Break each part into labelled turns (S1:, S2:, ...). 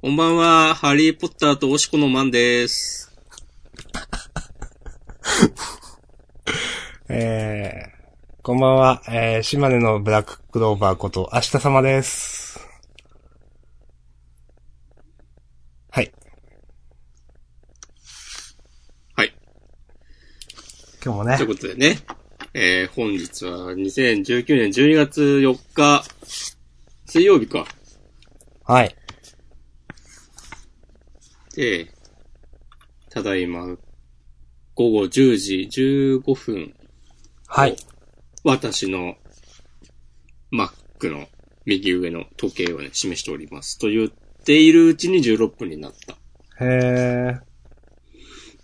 S1: こんばんは、ハリーポッターとおしこのマンです。
S2: えー、こんばんは、えー、島根のブラッククローバーこと、明日様です。はい。
S1: はい。
S2: 今日もね
S1: という、ことでね、えー、本日は2019年12月4日、水曜日か。
S2: はい。
S1: で、ただいま、午後10時15分、
S2: はい。
S1: 私の Mac の右上の時計をね、示しております。と言っているうちに16分になった。
S2: へー。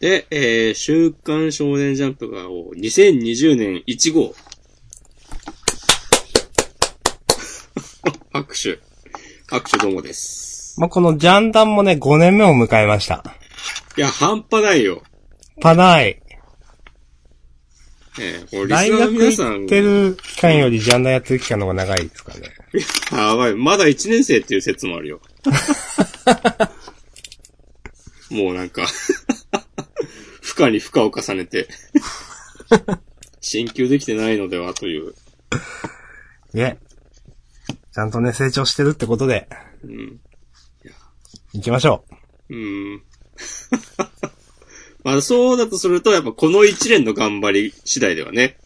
S1: で、えー、週刊少年ジャンプがを2020年1号。 拍手。拍手どうもです。
S2: まあ、このジャンダンもね、5年目を迎えました。
S1: いや、半端ないよ。
S2: パない。
S1: えー、これリ
S2: 大
S1: スナーの
S2: 学
S1: 皆さん
S2: 行ってる期間よりジャンダンやってる期間の方が長いですからね。
S1: やばい。まだ1年生っていう説もあるよ。もうなんか、 負荷に負荷を重ねて、進級できてないのではという。
S2: いえ。ちゃんとね、成長してるってことで、
S1: うん
S2: 行きましょう。
S1: うん。 まあそうだとすると、やっぱこの一連の頑張り次第ではね。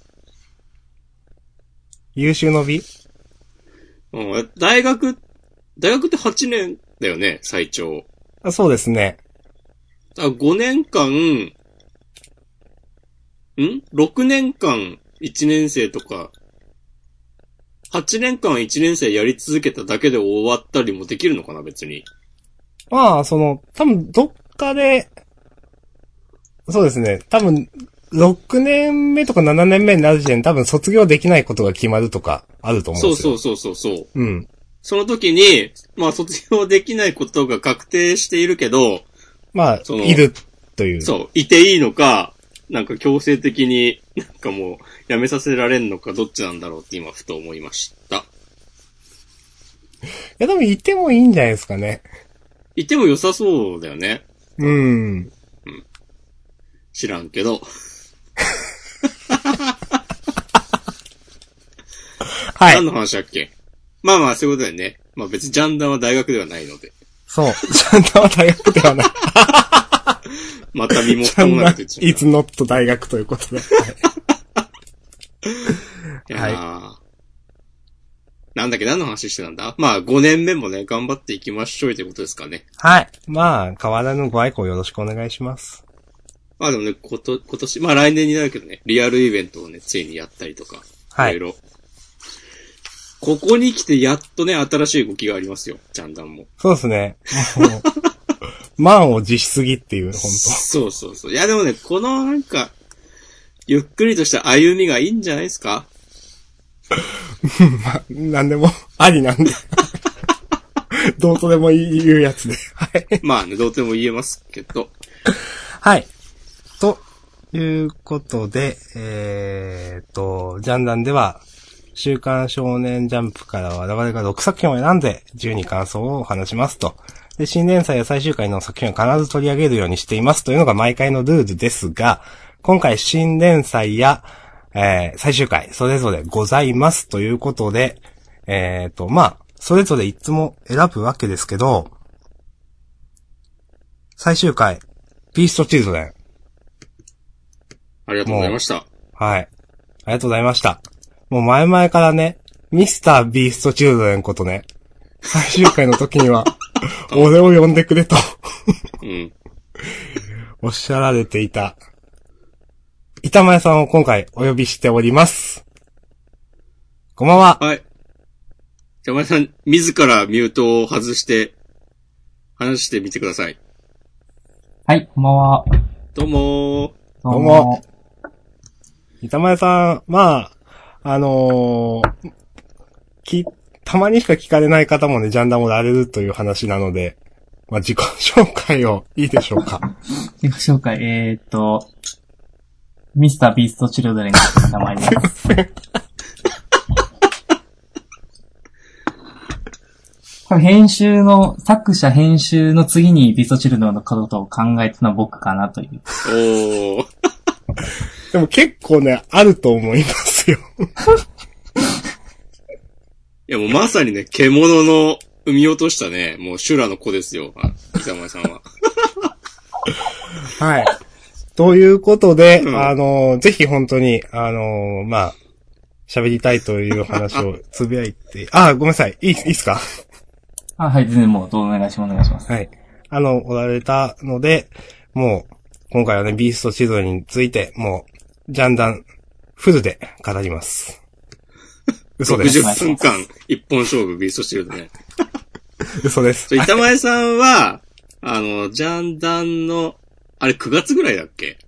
S2: 優秀の美
S1: うん、大学、大学って8年だよね、最長。
S2: あそうですね。
S1: あ、5年間、ん ?6 年間1年生とか、8年間1年生やり続けただけで終わったりもできるのかな、別に。
S2: まあ、その、多分どっかで、そうですね。多分、6年目とか7年目になる時点で多分卒業できないことが決まるとかあると思うん
S1: そう
S2: です
S1: そ
S2: よ。
S1: うそうそうそう。
S2: そう。うん。
S1: その時に、まあ卒業できないことが確定しているけど、
S2: まあ、
S1: その
S2: いるという。
S1: そう、いていいのか、なんか強制的になんかもう、やめさせられんのか、どっちなんだろうって今、ふと思いました。
S2: いや、多分いてもいいんじゃないですかね。
S1: いても良さそうだよね。
S2: うん。
S1: 知らんけど。
S2: は
S1: 何
S2: い。
S1: の話だっけまあまあ、そういうことだよね。まあ別にジャンダンは大学ではないので。
S2: そう。 ちゃんとは大学ではない。
S1: また身も
S2: ちゃ
S1: 蓋も
S2: ん
S1: な
S2: は
S1: くて言っちゃ
S2: いつノット大学ということで。はい
S1: いやーなんだっけ、何の話してたんだまあ5年目もね、頑張っていきましょうということですかね。
S2: はい。まあ、変わらぬご愛顧をよろしくお願いします。
S1: まあでもね、こと、今年、まあ来年になるけどね、リアルイベントをね、ついにやったりとか、
S2: はい
S1: いろいろ。ここに来てやっとね、新しい動きがありますよ、ジャンダンも。
S2: そうですね。もう 満を持しすぎっていう、本
S1: そうそうそう。いやでもね、このなんか、ゆっくりとした歩みがいいんじゃないです か
S2: まあ、なんでも、ありなんで。どうとでも言うやつで。はい。
S1: まあね、どうでも言えますけど。
S2: はい。ということで、えーっと、ジャンダンでは、週刊少年ジャンプから我々が6作品を選んで、12感想を話しますと。で、新連載や最終回の作品を必ず取り上げるようにしていますというのが毎回のルールですが、今回新連載や、えー最終回、それぞれございますということで、えーっと、まあ、それぞれいつも選ぶわけですけど、最終回、ビーストチルドレン。
S1: ありがとうございました。
S2: はい。ありがとうございました。もう前々からね、ミスタービーストチルドレンことね、最終回の時には、俺を呼んでくれと
S1: うん。
S2: おっしゃられていた、板前さんを今回お呼びしております。こんばんは。
S1: はい。山田さん、自らミュートを外して、話してみてください。
S3: はい、こんばんは。
S1: どうもー。
S3: ど
S2: うも。板前さん、まあ、あのーき、たまにしか聞かれない方もね、ジャンダもられるという話なので、まあ、自己紹介をいいでしょうか。
S3: 自己紹介、えーっと、ミスタービーストチルドレンという名前です。 多分編集の、作者編集の次にビストチルドレンのことを考えたのは僕かなという。
S1: おー。
S2: でも結構ね、あると思いますよ。
S1: いやもうまさにね、獣の産み落としたね、もう修羅の子ですよ、あ板前さんは。
S2: はい。 ということで、
S1: うん
S2: あの、ぜひ本当に、あの、まあ、喋りたいという話をつぶやいて、あ、ごめんなさい。いい、いいっすか
S3: あ、はい、全然もう、どうお願いします、お願いします。
S2: はい。あの、おられたので、もう、今回はね、ビーストシドルについて、もう、ジャンダン、フルで語ります。嘘です。
S1: 60分間、一本勝負、ビーストシールドね。
S2: 嘘です
S1: そ。れ板前さん は、あの、ジャンダンの、あれ9月ぐらいだっけ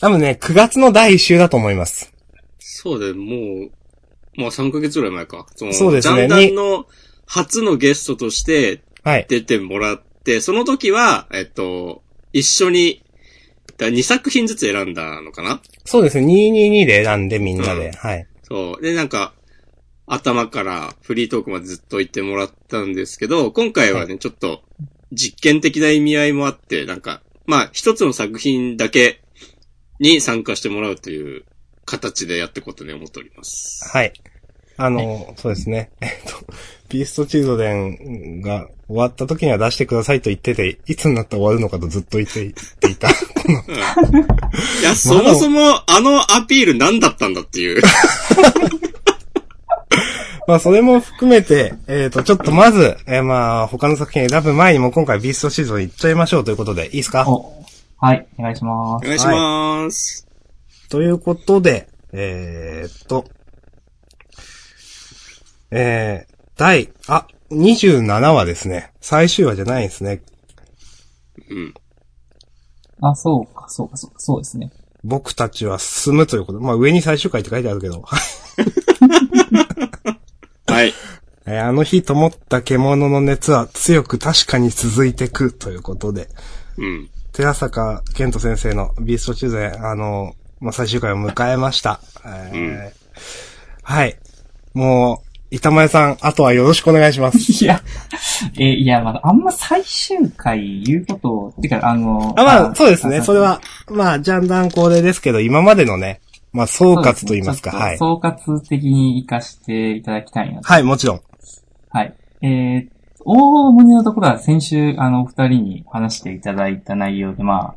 S2: 多分ね、9月の第1週だと思います。
S1: そうだよ、もう、まあ3ヶ月ぐらい前か。その
S2: そうですね
S1: ジャンダンの初のゲストとして
S2: はい。
S1: 出てもらって、その時は、えっと、一緒に、だ2作品ずつ選んだのかな
S2: そうですね、222で選んでみんなで、
S1: うん
S2: はい。
S1: そう。で、なんか、頭からフリートークまでずっと言ってもらったんですけど、今回はね、ちょっと実験的な意味合いもあって、なんか、まあ、一つの作品だけに参加してもらうという形でやっていこうとね、思っており ます。
S2: はい。あの、そうですね。えっと、ビーストチルドレンが終わった時には出してくださいと言ってて、いつになったら終わるのかとずっと言って言っていた。
S1: いや、そもそもあのアピール何だったんだっていう。
S2: まあ、それも含めて、えっ、と、ちょっとまず、えーまあ、他の作品選ぶ前にもう今回ビーストシーズン行っちゃいましょうということで、いいですか
S3: お、はい、お願いしま
S1: お
S3: す。
S1: 願いします。
S2: ということで、えー、っと、えー、第、あ、27話ですね。最終話じゃないですね。
S1: うん。
S3: あ、そうか、そうか、そうか、そうですね。
S2: 僕たちは進むということ。まあ、上に最終回って書いてあるけど。
S1: はい。
S2: えーあの日灯った獣の熱は強く確かに続いてくということで。
S1: うん。
S2: 寺坂健人先生のビーストチューズデーあの、まあ、最終回を迎えました。えー
S1: う
S2: はい。もう、板前さん、あとはよろしくお願いします。
S3: いや、えいや、まあ、あんま最終回言うことを、てか、あの、
S2: あまあ、そうですね。
S3: あ
S2: それは、まあ、ジャンダン恒例ですけど、今までのね、まあ、総括と言いますか、
S3: そう
S2: は
S3: で
S2: い
S3: す。ねちょっと総括的に活かしていただきたいなと。
S2: はい、もちろん。
S3: はい。えー、大胸のところは先週、あの、お二人に話していただいた内容で、まあ、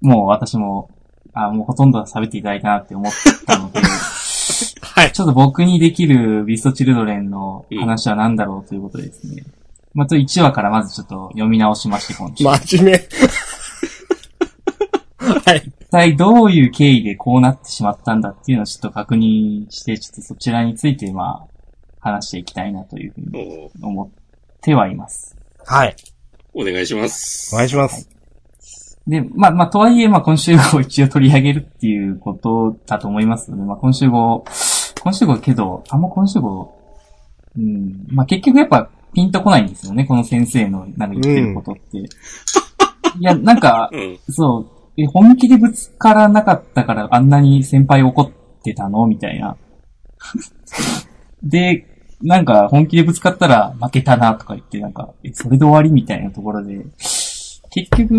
S3: もう私も、あもうほとんどは喋っていただいたなって思った ので、
S2: はい。
S3: ちょっと僕にできるビストチルドレンの話は何だろうということでですね。まあ、と1話からまずちょっと読み直しまして、今週。
S2: 真面目。はい。
S3: 一体どういう経緯でこうなってしまったんだっていうのをちょっと確認して、ちょっとそちらについて、まあ、話していきたいなというふうに
S1: お
S3: 思ってはいます。
S2: はい。
S1: お願いします。
S2: お願いします。
S3: で、まあ、まあ、とはいえ、まあ、今週号を一応取り上げるっていうことだと思いますので、まあ、今週号、今週号けど、あんま今週号、うん、まあ、結局やっぱピンとこないんですよね、この先生のなんか言ってることって。いや、なんか、
S1: うん。
S3: そう。え本気でぶつからなかったからあんなに先輩怒ってたのみたいな。で、なんか本気でぶつかったら負けたなとか言って、なんか、え、それで終わりみたいなところで、結局、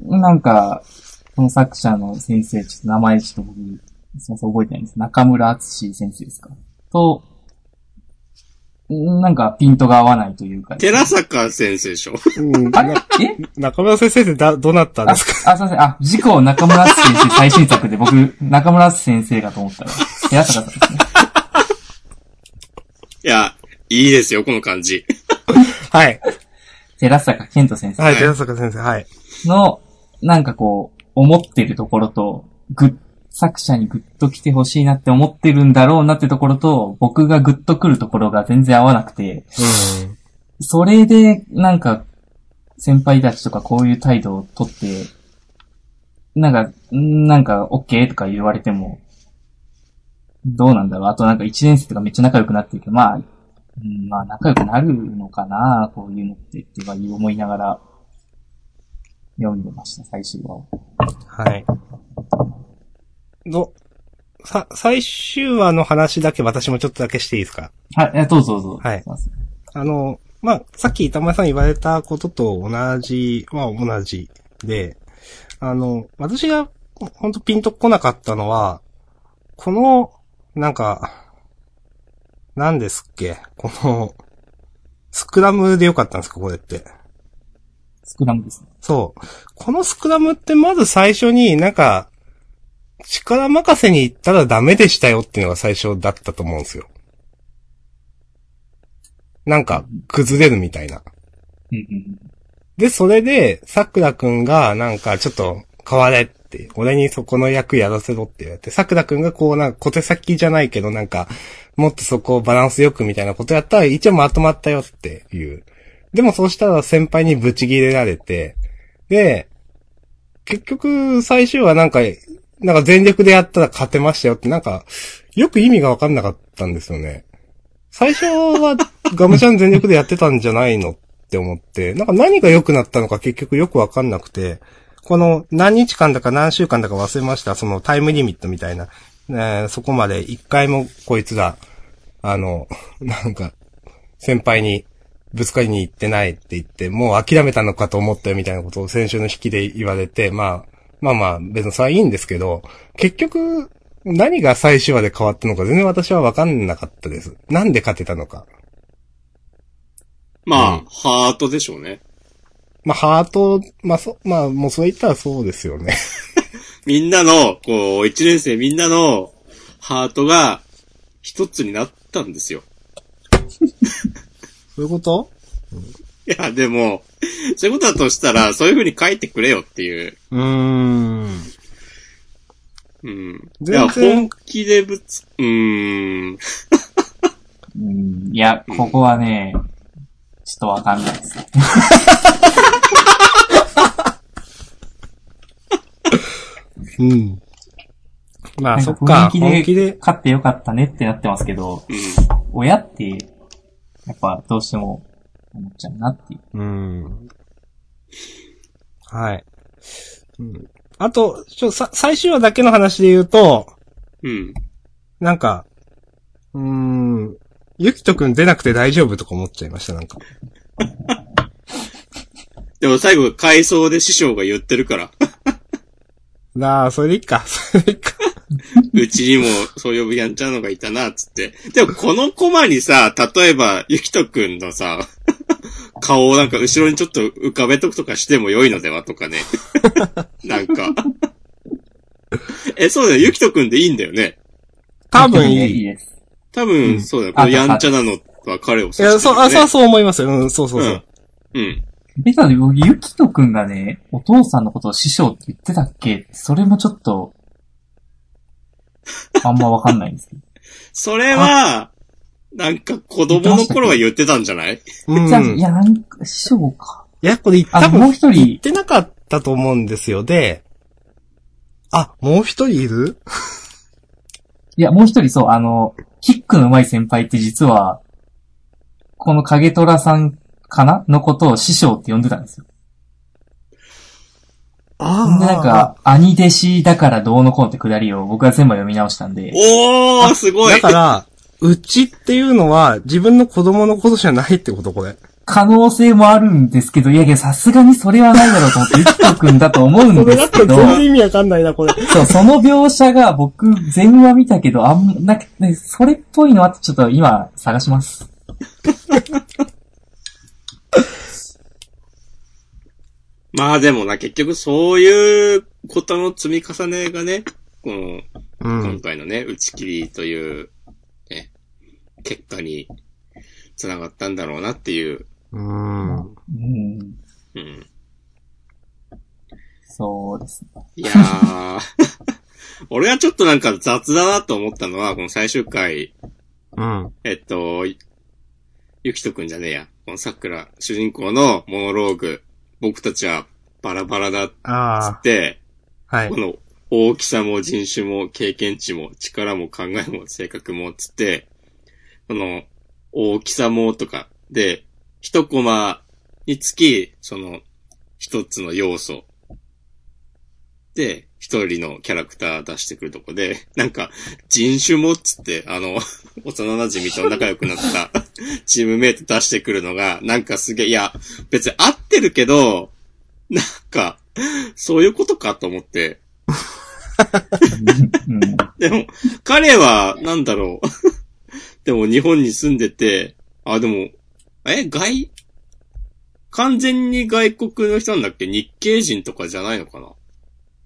S3: なんか、この作者の先生、ちょっと名前ちょっと僕、すみません、覚えてないんです。中村敦先生ですかと、んなんかピントが合わないというか、
S1: 寺坂先生でしょ。
S2: うん、
S3: あ
S2: な
S3: れえ
S2: 中村先生ってだ、どうなったん
S3: あ、
S2: ですか
S3: あ、すいません。あ、事故中村敦先生最新作で僕、 中村敦先生かと思ったら、寺坂さんですね。
S1: いや、いいですよ、この感じ。
S2: はい。
S3: 寺坂健人先
S2: はい、
S1: い
S2: 寺坂先生、はい。
S3: 生の、なんかこう、思ってるところと、ぐっ、作者にグッと来てほしいなって思ってるんだろうなってところと、僕がグッと来るところが全然合わなくて、
S2: うん。
S3: それで、なんか、先輩たちとかこういう態度をとって、なんか、んなんか、OK? とか言われても、どうなんだろう。あとなんか一年生とかめっちゃ仲良くなってるけど、まあ、うんまあ仲良くなるのかな、こういうのって、っていうか思いながら、読んでました、最終話を。
S2: はい。ど、さ、最終話の話だけ私もちょっとだけしていいですか
S3: はい、えどうぞどうぞ。
S2: はい
S3: すません
S2: あの、まあ、さっき板前さん言われたことと同じは同じで、あの、私が本当ピンとこなかったのは、この、なんか、何ですっけこの、スクラムでよかったんですかこれって。
S3: スクラムですね。
S2: そう。このスクラムってまず最初になんか、力任せに行ったらダメでしたよっていうのが最初だったと思うんですよ。なんか、崩れるみたいな。
S3: うんうん
S2: で、それで、桜くんが、なんか、ちょっと、変われって、俺にそこの役やらせろって言われて、桜くんがこう、なんか、小手先じゃないけど、なんか、もっとそこをバランスよくみたいなことやったら、一応まとまったよっていう。でも、そうしたら先輩にブチ切れられて、で、結局、最終はなんか、なんか全力でやったら勝てましたよって、なんか、よく意味がわかんなかったんですよね。最初は、ガムちゃん全力でやってたんじゃないのって思って、 なんか何が良くなったのか結局よくわかんなくて、この何日間だか何週間だか忘れました、そのタイムリミットみたいな、えーそこまで一回もこいつら、あの、 なんか、先輩にぶつかりに行ってないって言って、もう諦めたのかと思ったよみたいなことを先週の引きで言われて、まあ、まあまあ、別にそれはいいんですけど、結局、何が最終話で変わったのか全然私はわかんなかったです。なんで勝てたのか。
S1: まあ、
S2: うん
S1: ハートでしょうね。
S2: まあ、ハート、まあ、そ、まあ、もうそれ言ったらそうですよね。
S1: みんなの、こう、一年生みんなのハートが一つになったんですよ。
S2: そういうこと
S1: いや、でも、そういうことだとしたら、そういう風に書いてくれよっていう。
S2: うーん。
S1: うん。い
S2: 全然
S1: や、本気でぶつ、うーん。
S3: うん。うん。いや、ここはね、ちょっとわかんないです。
S2: うん。まあ、
S3: なん
S2: そっか。
S3: 雰
S2: 本
S3: 囲気
S2: 気
S3: で
S2: で。
S3: 勝ってよかったねってなってますけど、
S1: うん。
S3: 親って、やっぱどうしても思っちゃうなっていう。
S2: うん。はい。うん。あと、ちょ、さ、最終話だけの話で言うと、
S1: うん。
S2: なんか、うーん、ゆきとくん出なくて大丈夫とか思っちゃいました、なんか。
S1: でも最後、回想で師匠が言ってるから、
S2: なあ、それでいいか、 それでいいか。
S1: うちにもそう呼ぶやんちゃんのがいたな、つって。でもこのコマにさ、例えば、ゆきとくんのさ、 顔をなんか後ろにちょっと浮かべとくとかしても良いのではとかね。 なんか。え、そうだよ。ゆきとくんでいいんだよね。
S2: 多分
S3: い
S2: い
S3: い
S2: い。い
S3: です。
S1: 多
S2: うん
S1: 分、そうだよ。このやんちゃなのは彼を指してるよ
S2: や、
S1: ね
S2: そう、あ、そう、そう思いますよ。うん、そうそうそう。
S1: うん。
S3: え、ただ僕、ゆきとくんがね、お父さんのことを師匠って言ってたっけそれもちょっと、あんまわかんないんですけど。
S1: それは、なんか子供の頃は言ってたんじゃない
S2: うん。
S3: じゃあ、いや、なんか、師匠か。
S2: いや、これ、
S3: あ
S2: 多分
S3: もう一人
S2: 言ってなかったと思うんですよ。で、あ、もう一人いる
S3: いや、もう一人そう、あの、キックの上手い先輩って実は、この影虎さんかなのことを師匠って呼んでたんですよ。
S2: あ
S3: で、なんか、兄弟子だからどうのこうってくだりを僕は全部読み直したんで、
S1: おー、すご
S2: だ
S1: い
S2: か。ら、うちっていうのは自分の子供のことじゃないってこと、これ。
S3: 可能性もあるんですけど、いやいや、さすがにそれはないだろうと思って、ゆきとくんだと思うん
S2: こ
S3: で
S2: れだ
S3: す
S2: って
S3: け
S2: 全
S3: ど、
S2: 然意味わかんないな、これ。
S3: そう、その描写が僕、全話見たけど、あん、なくて、それっぽいのはちょっと今探します。
S1: まあでもな、結局そういうことの積み重ねがね、この、
S2: う
S1: 今
S2: ん。
S1: 回のね、打ち切りという、ね、結果に繋がったんだろうなっていう。
S2: うん。
S3: うん。
S1: うん。
S3: そうですね。
S1: いやー。 俺はちょっとなんか雑だなと思ったのは、この最終回、
S2: うん。
S1: えっと、ゆきとくんじゃねえや。この桜、主人公のモノローグ、僕たちはバラバラだっつ
S2: あ
S1: って、
S2: あ、はい
S1: こ。の大きさも人種も経験値も力も考えも性格もつって、その大きさもとかで、一コマにつき、その一つの要素で、一人のキャラクター出してくるとこで、なんか、人種もっつって、あの、 幼馴染と仲良くなった チームメイト出してくるのが、なんかすげえ、いや、別に合ってるけど、なんか、そういうことかと思って。
S3: うん
S1: でも、彼は、なんだろう。 でも、日本に住んでて、あ、でも、え、外、完全に外国の人なんだっけ日系人とかじゃないのかな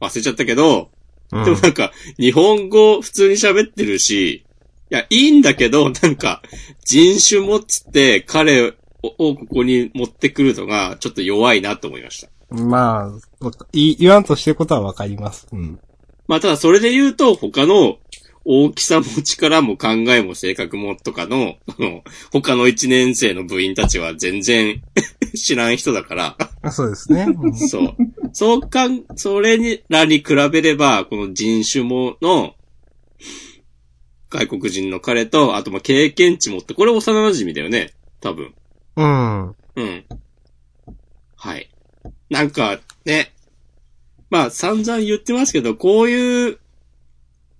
S1: 忘れちゃったけど、
S2: うん
S1: でもなんか、日本語普通に喋ってるし、いや、いいんだけど、なんか、人種持つって彼ををここに持ってくるのが、ちょっと弱いなと思いました。
S2: まあ、わかい言わんとしてることはわかります。うん。
S1: まあ、ただそれで言うと、他の大きさも力も考えも性格もとかの、 あの他の一年生の部員たちは全然 知らん人だから、
S2: あそうですね。うん
S1: そう。そうかん、それにらに比べれば、この人種もの、外国人の彼と、あとまあ経験値もって、これ幼馴染だよね多分。
S2: うん。
S1: うん。はい。なんか、ね。まあ、散々言ってますけど、こういう、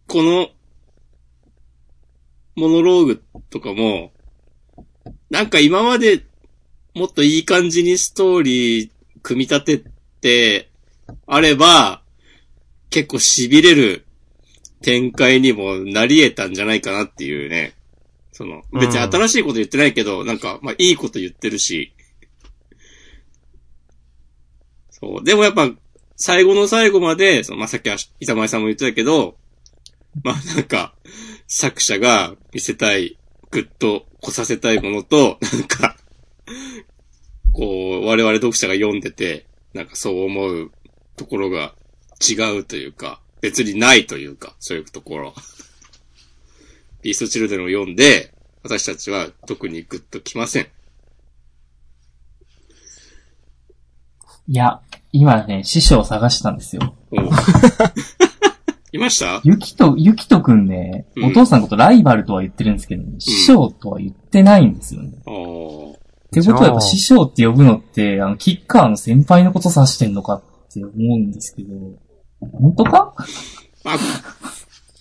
S1: この、モノローグとかも、なんか今までもっといい感じにストーリー組み立ててあれば、結構痺れる展開にもなり得たんじゃないかなっていうね。その、別に新しいこと言ってないけど、なんか、まあいいこと言ってるし。そう。でもやっぱ、最後の最後まで、そのまあさっきは板前さんも言ってたけど、まあなんか、作者が見せたい、ぐっと来させたいものと、なんか、こう、我々読者が読んでて、なんかそう思うところが違うというか、別にないというか、そういうところ。 ビーストチルドレンを読んで、私たちは特にグッときません。
S3: いや、今ね、師匠を探したんですよ。
S1: おう いました
S3: ゆきと、ゆきとくんね、
S1: うん
S3: お父さんのことライバルとは言ってるんですけど、師匠とは言ってないんですよね。
S1: あー
S3: ってことはやっぱ師匠って呼ぶのって、あの、キッカーの先輩のこと指してんのかって思うんですけど、本当か
S1: あ、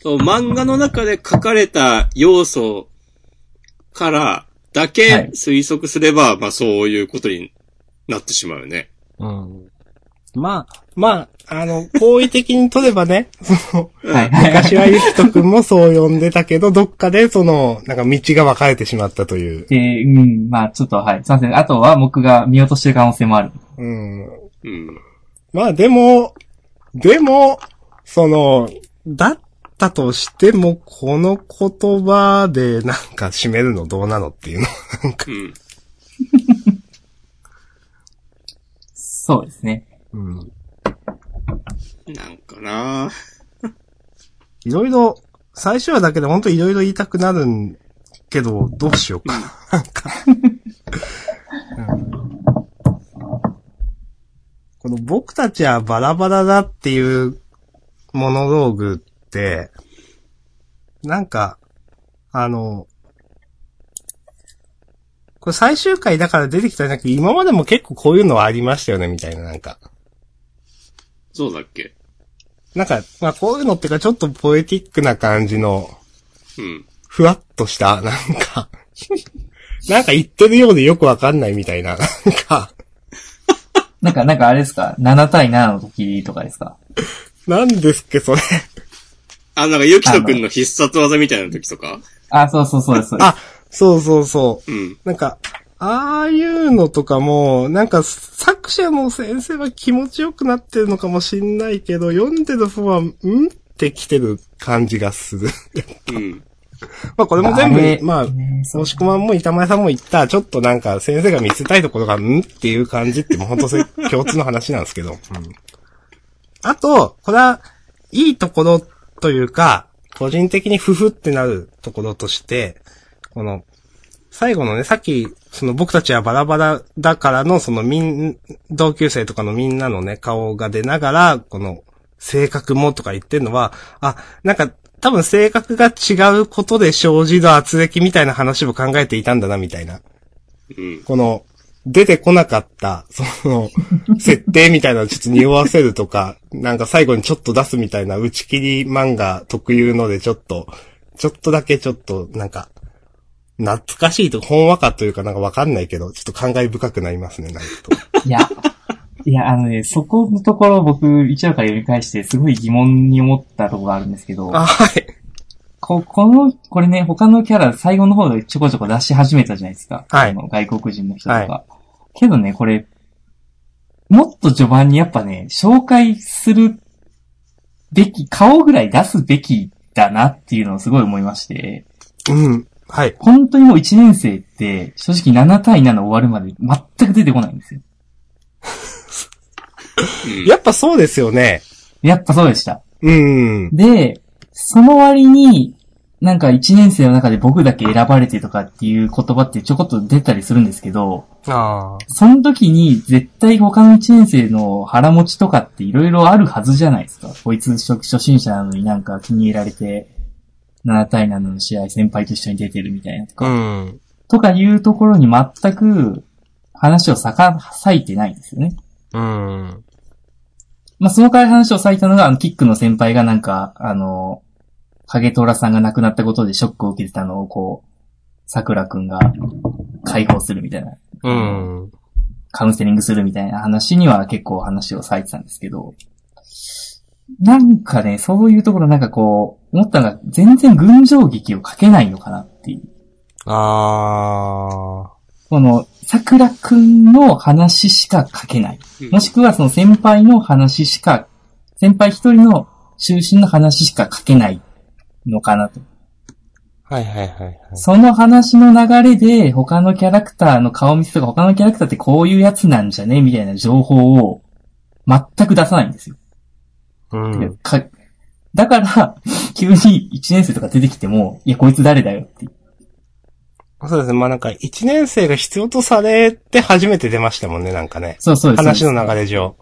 S1: そう、漫画の中で書かれた要素からだ
S3: は
S1: け
S3: い
S1: 推測すれば、まあそういうことになってしまうよね。
S2: うん。まあ、まあ、あの、好意的に取ればね、その、
S3: はい
S2: 昔はゆきとくんもそう呼んでたけど、どっかでその、なんか道が分かれてしまったという。
S3: で、うん、まあちょっとはい。すいません。あとは僕が見落としてる可能性もある。
S2: うん。
S1: うん。
S2: まあでも、でも、その、だったとしても、この言葉でなんか締めるのどうなのっていうの。
S1: うん。
S3: そうですね。
S2: うん。
S1: なんかない
S2: ろいろ、最初はだけで本当いろいろ言いたくなるんけど、どうしようかな。なんか、うんこの僕たちはバラバラだっていうモノローグって、なんか、あの、これ最終回だから出てきたんじゃなくて、今までも結構こういうのはありましたよね、みたいな、なんか。
S1: そうだっけ
S2: なんか、まあこういうのっていうかちょっとポエティックな感じの、
S1: うん。
S2: ふわっとした、なんか、なんか言ってるようでよくわかんないみたいな、なんか、
S3: なんか、なんかあれですか ?7 対7の時とかですか
S2: なんですっけ、それ。
S1: あ、なんか、ゆきとくんの必殺技みたいな時とか
S3: あ、そうそうそうです。そうです
S2: あ、そうそうそ
S1: うん。
S2: う。なんか、ああいうのとかも、なんか作者の先生は気持ちよくなってるのかもしんないけど、読んでる方は、んってきてる感じがする。
S1: うん。
S2: まあこれも全
S3: あれ
S2: 部、まあ、
S3: ねそう
S2: もしくまんも板前さんも言った、ちょっとなんか先生が見せたいところが、んっていう感じって、もう本当それ共通の話なんですけど。うん、あと、これは、いいところというか、個人的にふふってなるところとして、この、最後のね、さっき、その僕たちはバラバラだからの、そのみん、同級生とかのみんなのね、顔が出ながら、この、性格もとか言ってるのは、あ、なんか、多分性格が違うことで生じる圧力みたいな話も考えていたんだな、みたいな。
S1: うん。
S2: この、出てこなかった、そ の、設定みたいなのをちょっと匂わせるとか、なんか最後にちょっと出すみたいな打ち切り漫画特有のでちょっと、ちょっとだけちょっと、なんか、懐かしいと、ほんわかというかなんかわかんないけど、ちょっと感慨深くなりますね、なんかと。
S3: いや、いや、あのね、そこのところ僕、一話から読み返して、すごい疑問に思ったところがあるんですけど、
S2: あ、はい。
S3: こ、この、これね、他のキャラ最後の方でちょこちょこ出し始めたじゃないですか。
S2: はい
S3: あの外国人の人とか。けどね、これ、もっと序盤にやっぱね、紹介するべき、顔ぐらい出すべきだなっていうのをすごい思いまして、
S2: うん。はい。
S3: 本当にもう1年生って、正直7対7終わるまで全く出てこないんですよ。
S2: やっぱそうですよね。
S3: やっぱそうでした。
S2: うん。
S3: で、その割に、なんか一年生の中で僕だけ選ばれてとかっていう言葉ってちょこっと出たりするんですけど、
S2: あ
S3: その時に絶対他の一年生の腹持ちとかっていろいろあるはずじゃないですか。こいつ初初心者なのになんか気に入られて、7対7の試合先輩と一緒に出てるみたいなと
S2: あ。
S3: か、
S2: うん。
S3: とかいうところに全く話をさか、割いてないんですよね。
S2: うん。
S3: まあ、その回話を割いたのが、あの、キックの先輩がなんか、あの、影虎さんが亡くなったことでショックを受けてたのを、こう、桜くんが解放するみたいな、
S2: うん。
S3: カウンセリングするみたいな話には結構話を割いてたんですけど、なんかね、そういうところなんかこう、思ったのが、全然群青劇を書けないのかなっていう。
S2: ああ。
S3: この、桜くんの話しか書けない。
S1: うん
S3: もしくはその先輩の話しか、先輩一人の中心の話しか書けないのかなと。
S2: はいはいはいはい。
S3: その話の流れで他のキャラクターの顔見せとか他のキャラクターってこういうやつなんじゃねみたいな情報を全く出さないんですよ。
S2: うん。
S3: かだから、 急に1年生とか出てきても、いや、こいつ誰だよって。
S2: そうですね。まあなんか、一年生が必要とされて初めて出ましたもんね、なんかね。
S3: そうそうです。
S2: 話
S3: そう
S2: の流れ上。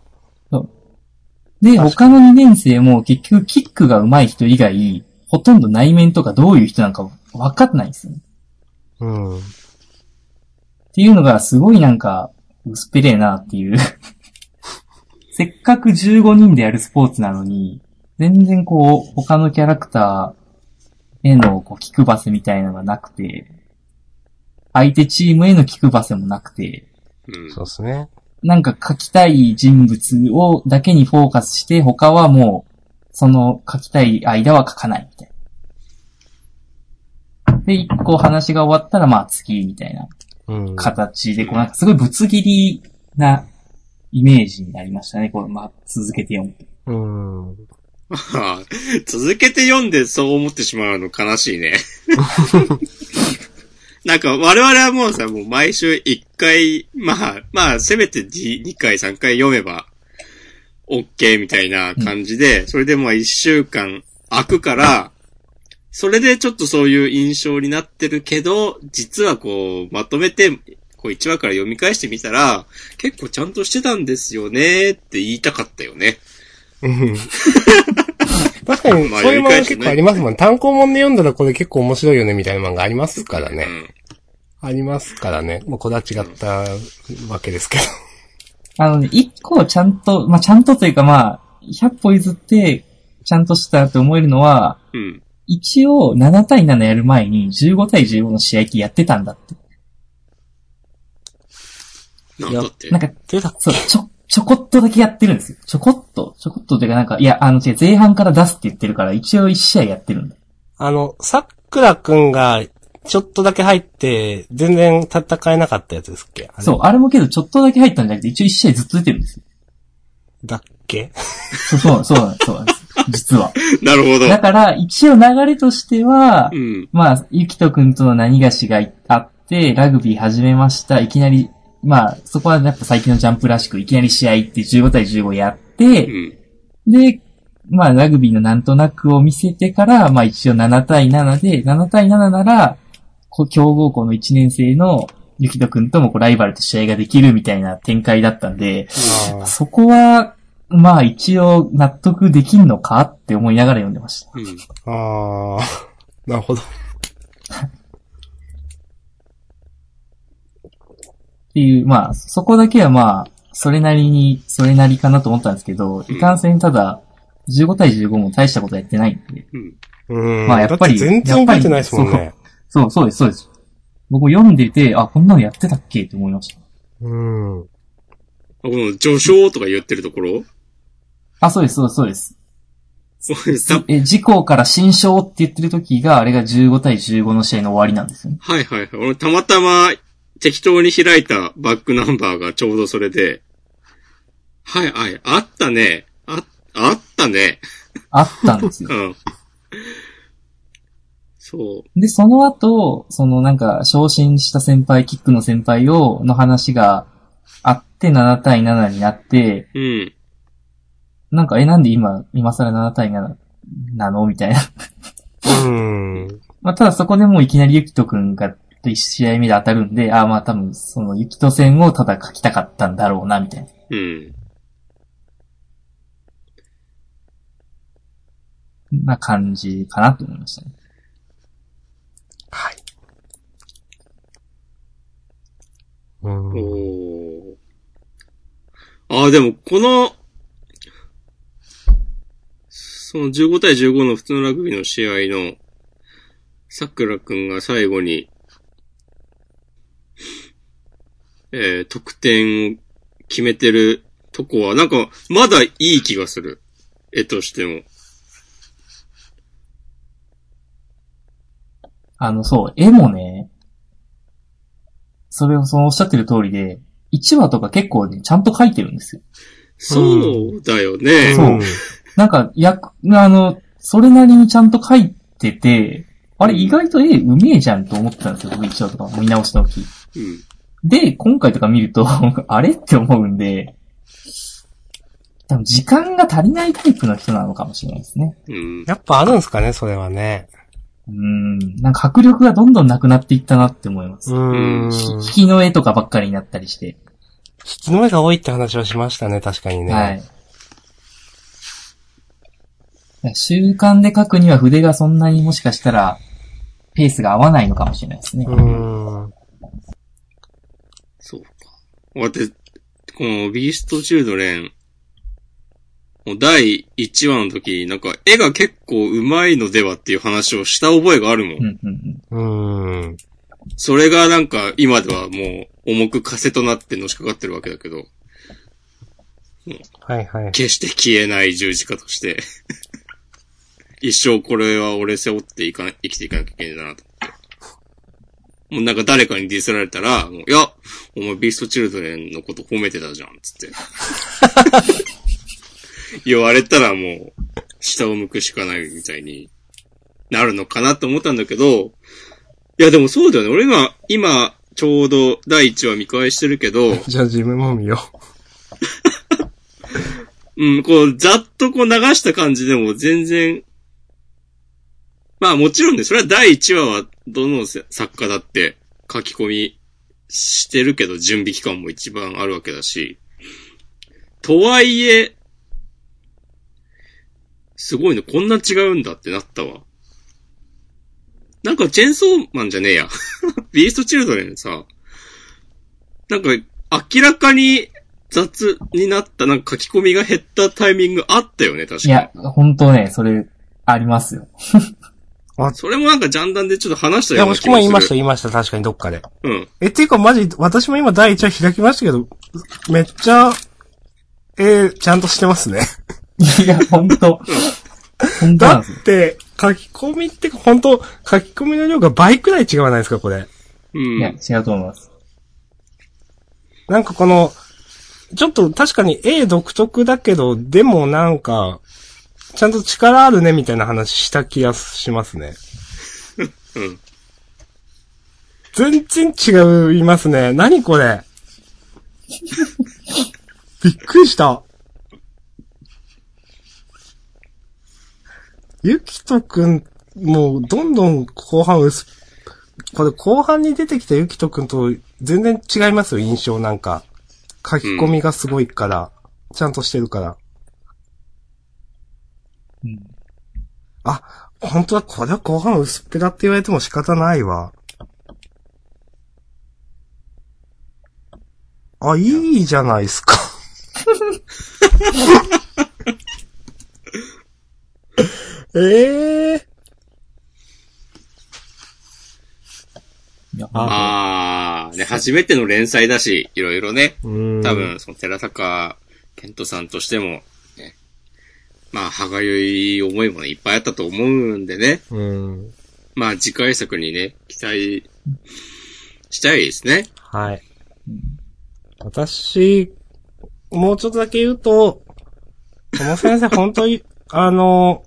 S3: ですで、他の2年生も結局キックが上手い人以外、ほとんど内面とかどういう人なんか分かってないんですよね。
S2: うん。
S3: っていうのがすごいなんか、薄っぺれえなっていう。 せっかく15人でやるスポーツなのに、全然こう、他のキャラクターへのこう気配せみたいなのがなくて、相手チームへの気配せもなくて、
S1: うん
S2: そうですね。
S3: なんか書きたい人物をだけにフォーカスして、他はもう、その書きたい間は書かないみたいな。で、一個話が終わったら、まあ次、みたいな。
S2: うん。
S3: 形で、こうなんかすごいぶつ切りなイメージになりましたね。これ、まあ、続けて読む
S2: う
S3: と。
S2: ん。
S1: はあ 続けて読んでそう思ってしまうの悲しい ね。なんか我々はもうさ、もう毎週1回、まあ、まあ、せめて2回3回読めば、OK みたいな感じで、それでまあ1週間空くから、それでちょっとそういう印象になってるけど、実はこう、まとめて、こう1話から読み返してみたら、結構ちゃんとしてたんですよねって言いたかったよね。
S2: うん確かに、
S1: まあ
S2: そういう
S1: や
S2: 漫画
S1: り返すね
S2: 結構ありますもん。単行本で読んだらこれ結構面白いよね、みたいな漫画ありますから
S1: う
S2: ね。
S1: ん
S2: ありますからね。もうこれは違ったわけですけど。
S3: あのね、一個ちゃんと、まあ、ちゃんとというかまあ、100歩譲って、ちゃんとしたって思えるのは、
S1: うん。
S3: 一応7対7やる前に15対15の試合ってやってたんだって。
S1: なんだって。
S3: なんか、
S2: 出た
S3: そう、ちょ、ちょこっとだけやってるんですよ。ちょこっと、ちょこっとというかなんか、いや、あの、違う、前半から出すって言ってるから、一応1試合やってるんだ。
S2: あの、さくらくんが、ちょっとだけ入って、全然戦えなかったやつですっけあれ
S3: そう、あれもけど、ちょっとだけ入ったんじゃなくて、一応1試合ずっと出てるんですよ。
S2: だっけ
S3: そう、そう、そうなんです、そうなんです。実は。
S1: なるほど。
S3: だから、一応流れとしては、
S1: うん。
S3: まあ、ゆきとくんとの何がしがあって、ラグビー始めました。いきなり、まあ、そこはやっぱ最近のジャンプらしく、いきなり試合行って15対15やっ
S1: う
S3: て、
S1: ん。
S3: で、まあ、ラグビーのなんとなくを見せてから、まあ一応7対7で、7対7なら、こう強豪校の1年生のゆきとくんともこうライバルと試合ができるみたいな展開だったんで、
S2: あ
S3: そこは、まあ一応納得できんのかって思いながら読んでました。
S1: うん。
S2: あ。 ああ。なるほど。
S3: っっていう、まあ、そこだけはまあ、それなりに、それなりかなと思ったんですけど、いかんせんただ、15対15も大したことやってないんで。
S1: うん。
S2: うん。
S3: まあやっぱり
S2: だて全然書いてないですもん
S3: やっ
S2: ね。
S3: そう、そうです、そうです。僕も読んでて、あ、こんなのやってたっけって思いました。
S2: うん。
S1: この序章とか言ってるところ
S3: あ、そうです、そうです、
S1: そ
S3: そうです。
S1: ういうさ
S3: え、事故から新章って言ってる時が、あれが15対15の試合の終わりなんですよね。
S1: はいはいはい。俺たまたま適当に開いたバックナンバーがちょうどそれで、はいはい、あったね。あ、あったね。
S3: あったんで すよ
S1: う。ん。そう。
S3: で、その後、そのなんか、昇進した先輩、キックの先輩を、の話があって、7対7になって、
S1: うん。
S3: なんか、え、なんで今、今更7対7なのみたいな。
S2: うん。
S3: まあ、ただそこでもういきなりゆきとくんが、1試合目で当たるんで、ああ、まあ多分、そのゆきと戦をただ書きたかったんだろうな、みたいな。
S1: うん。
S3: な感じかなと思いましたね。
S2: はい。うん。
S1: おー。ああ、でも、この、その15対15の普通のラグビーの試合の、桜くんが最後に、えー、得点を決めてるとこは、なんか、まだいい気がする。絵としても。
S3: あの、そう、絵もね、それをそのおっしゃってる通りで、1話とか結構ね、ちゃんと書いてるんですよ。
S1: そうだよね。
S3: そうなんか、役、あの、それなりにちゃんと書いてて、あれ意外と絵うめえじゃんと思ってたんですよ、僕一話とか見直した時。
S1: うん。
S3: で、今回とか見ると、 あれって思うんで、多分時間が足りないタイプの人なのかもしれないですね。
S1: うん。
S2: やっぱあるんですかね、それはね。
S3: うん、なんか迫力がどんどんなくなっていったなって思います。
S2: うん。
S1: うん
S3: ひ引
S2: 引
S3: きの絵とかばっかりになったりして。
S2: きの目が多いって話をしましたね、確かにね。
S3: はい。習慣で書くには筆がそんなにもしかしたら、ペースが合わないのかもしれないですね。
S2: うん。
S1: そうか。だって、このビーストチルドレン、もう第1話の時、なんか絵が結構上手いのではっていう話をした覚えがあるもん。
S3: うんうんうん。
S2: うん。
S1: それがなんか今ではもう重く枷となってのしかかってるわけだけど、
S2: はいはい。
S1: 決して消えない十字架として、 一生これは俺背負っていかな、生きていかなきゃいけないんだなと思って。もうなんか誰かにディスられたら、もういや、お前ビーストチルドレンのこと褒めてたじゃん、つって。 言われたらもう、下を向くしかないみたいになるのかなと思ったんだけど、いやでもそうだよね。俺今、今、ちょうど第1話見返してるけど、
S2: じゃあ自分も見よ
S1: うん、こう、ざっとこう流した感じでも全然、まあもちろんね、それは第1話はどのせ作家だって書き込みしてるけど、準備期間も一番あるわけだし、とはいえ、すごいね、こんな違うんだってなったわ。なんかチェーンソーマンじゃねえや。 ビーストチルドレンさ、なんか明らかに雑になった、なんか書き込みが減ったタイミングあったよね、確か
S3: い
S1: に。
S3: や、本当ね、それ、ありますよ。
S1: それもなんかジャンダンでちょっと話し
S2: う。
S1: た
S2: い
S1: よ
S2: や、
S1: うな
S2: も
S1: 気
S2: し
S1: も
S2: も
S1: する
S2: 言いました、言いました、確かにどっかで。
S1: うん。
S2: え、っていうかマジ、私も今第1話開きましたけど、めっちゃ、えー、ちゃんとしてますね。
S3: いや、本 当本当な
S2: だ
S3: ん
S2: っ
S3: ですよ。
S2: て、書き込みってか、本当書き込みの量が倍くらい違わないですか、これ。
S1: うん。
S3: いや、違うと思います。
S2: なんかこの、ちょっと確かに A 独特だけど、でもなんか、ちゃんと力あるねみたいな話した気がしますね。
S1: うん。
S2: 全然違いますね。何これ びっくりした。ゆきとくん、もうどんどん後半薄、これ後半に出てきたゆきとくんと全然違いますよ、印象なんか。書き込みがすごいから、ちゃんとしてるから。
S3: うん
S2: あ、本当だ、これは後半薄っぺらって言われても仕方ないわ。あ、いいじゃないです か。ええ
S3: いや
S2: あ
S1: あー、ね、初めての連載だし、いろいろね、
S2: うん。
S1: 多分、その寺坂健人さんとしても、ね、まあ、歯がゆい思いもね、いっぱいあったと思うんでね、
S2: うん。
S1: まあ、次回作にね、期待したいですね。
S2: はい。私、もうちょっとだけ言うと、この先 生本当に、あの、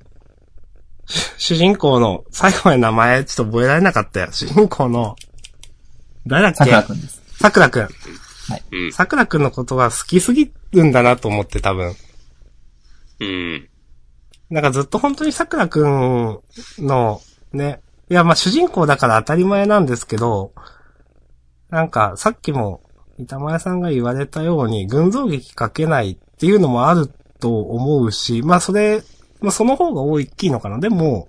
S2: 主主人公の、最後の名前ちょっと覚えられなかったよ。主人公の、誰だっ
S3: 桜
S2: け
S3: くんです。
S2: さくらくん。
S1: うん。
S2: さくらくんのことが好きすぎるんだなと思って多分。
S1: うん。
S2: なんかずっと本当に桜くんの、ね、いやまあ主人公だから当たり前なんですけど、なんかさっきも板前さんが言われたように群像劇かけないっていうのもあると思うし、まあそれ、まあその方が大きいのかな。でも、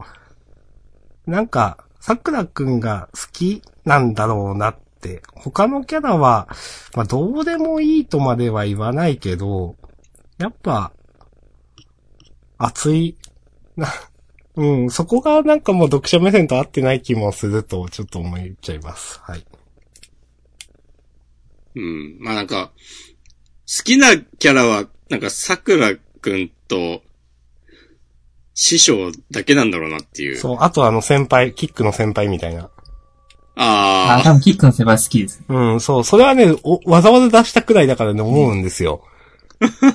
S2: なんか桜くんが好きなんだろうなって、他のキャラは、まあどうでもいいとまでは言わないけど、やっぱ、熱い、 な、うん、そこがなんかもう読者目線と合ってない気もすると、ちょっと思っちゃいます。はい。
S1: うん。まあなんか、好きなキャラは、なんか、桜くんと、師匠だけなんだろうなっていう。
S2: そう、あとあの先輩、キックの先輩みたいな。
S1: あ
S3: あ
S1: あ
S3: ー、多分キックの先輩好きです。
S2: うん、そう、それはね、おわざわざ出したくらいだからね、思うんですよ。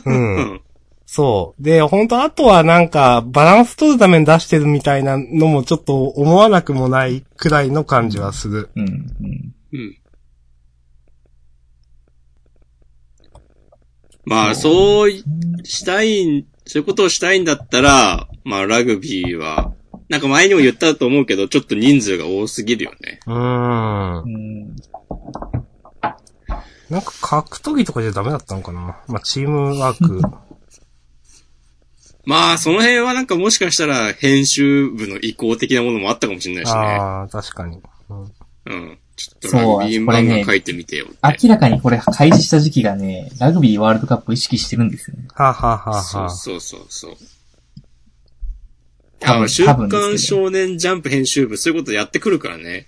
S2: う。
S1: うんん。
S2: そう。で、本当あとはなんか、バランス取るために出してるみたいなのもちょっと思わなくもないくらいの感じはする。
S3: うん、うん。
S1: うん。まあ、そういしたいん、そういうことをしたいんだったら、まあ、ラグビーは、なんか前にも言ったと思うけど、ちょっと人数が多すぎるよね。
S2: うーん。な
S3: うん
S2: んか格闘技とかじゃダメだったのかなまあ、チームワーク。
S1: まあ、その辺はなんかもしかしたら編集部の意向的なものもあったかもしれないしね。
S2: ああ、確かに。うん
S1: うん。ちょっとラグビー
S3: そうこ
S1: 漫
S3: れね
S1: 画書いてみてよって。
S3: 明らかにこれ開示した時期がね、ラグビーワールドカップを意識してるんですよね。
S2: はあ、はあはあ
S1: そ
S2: は
S1: う
S2: あ、
S1: そうそうそう。
S3: 多分
S1: あの、週
S3: 多分ですけど
S1: 刊少年ジャンプ編集部、そういうことやってくるからね。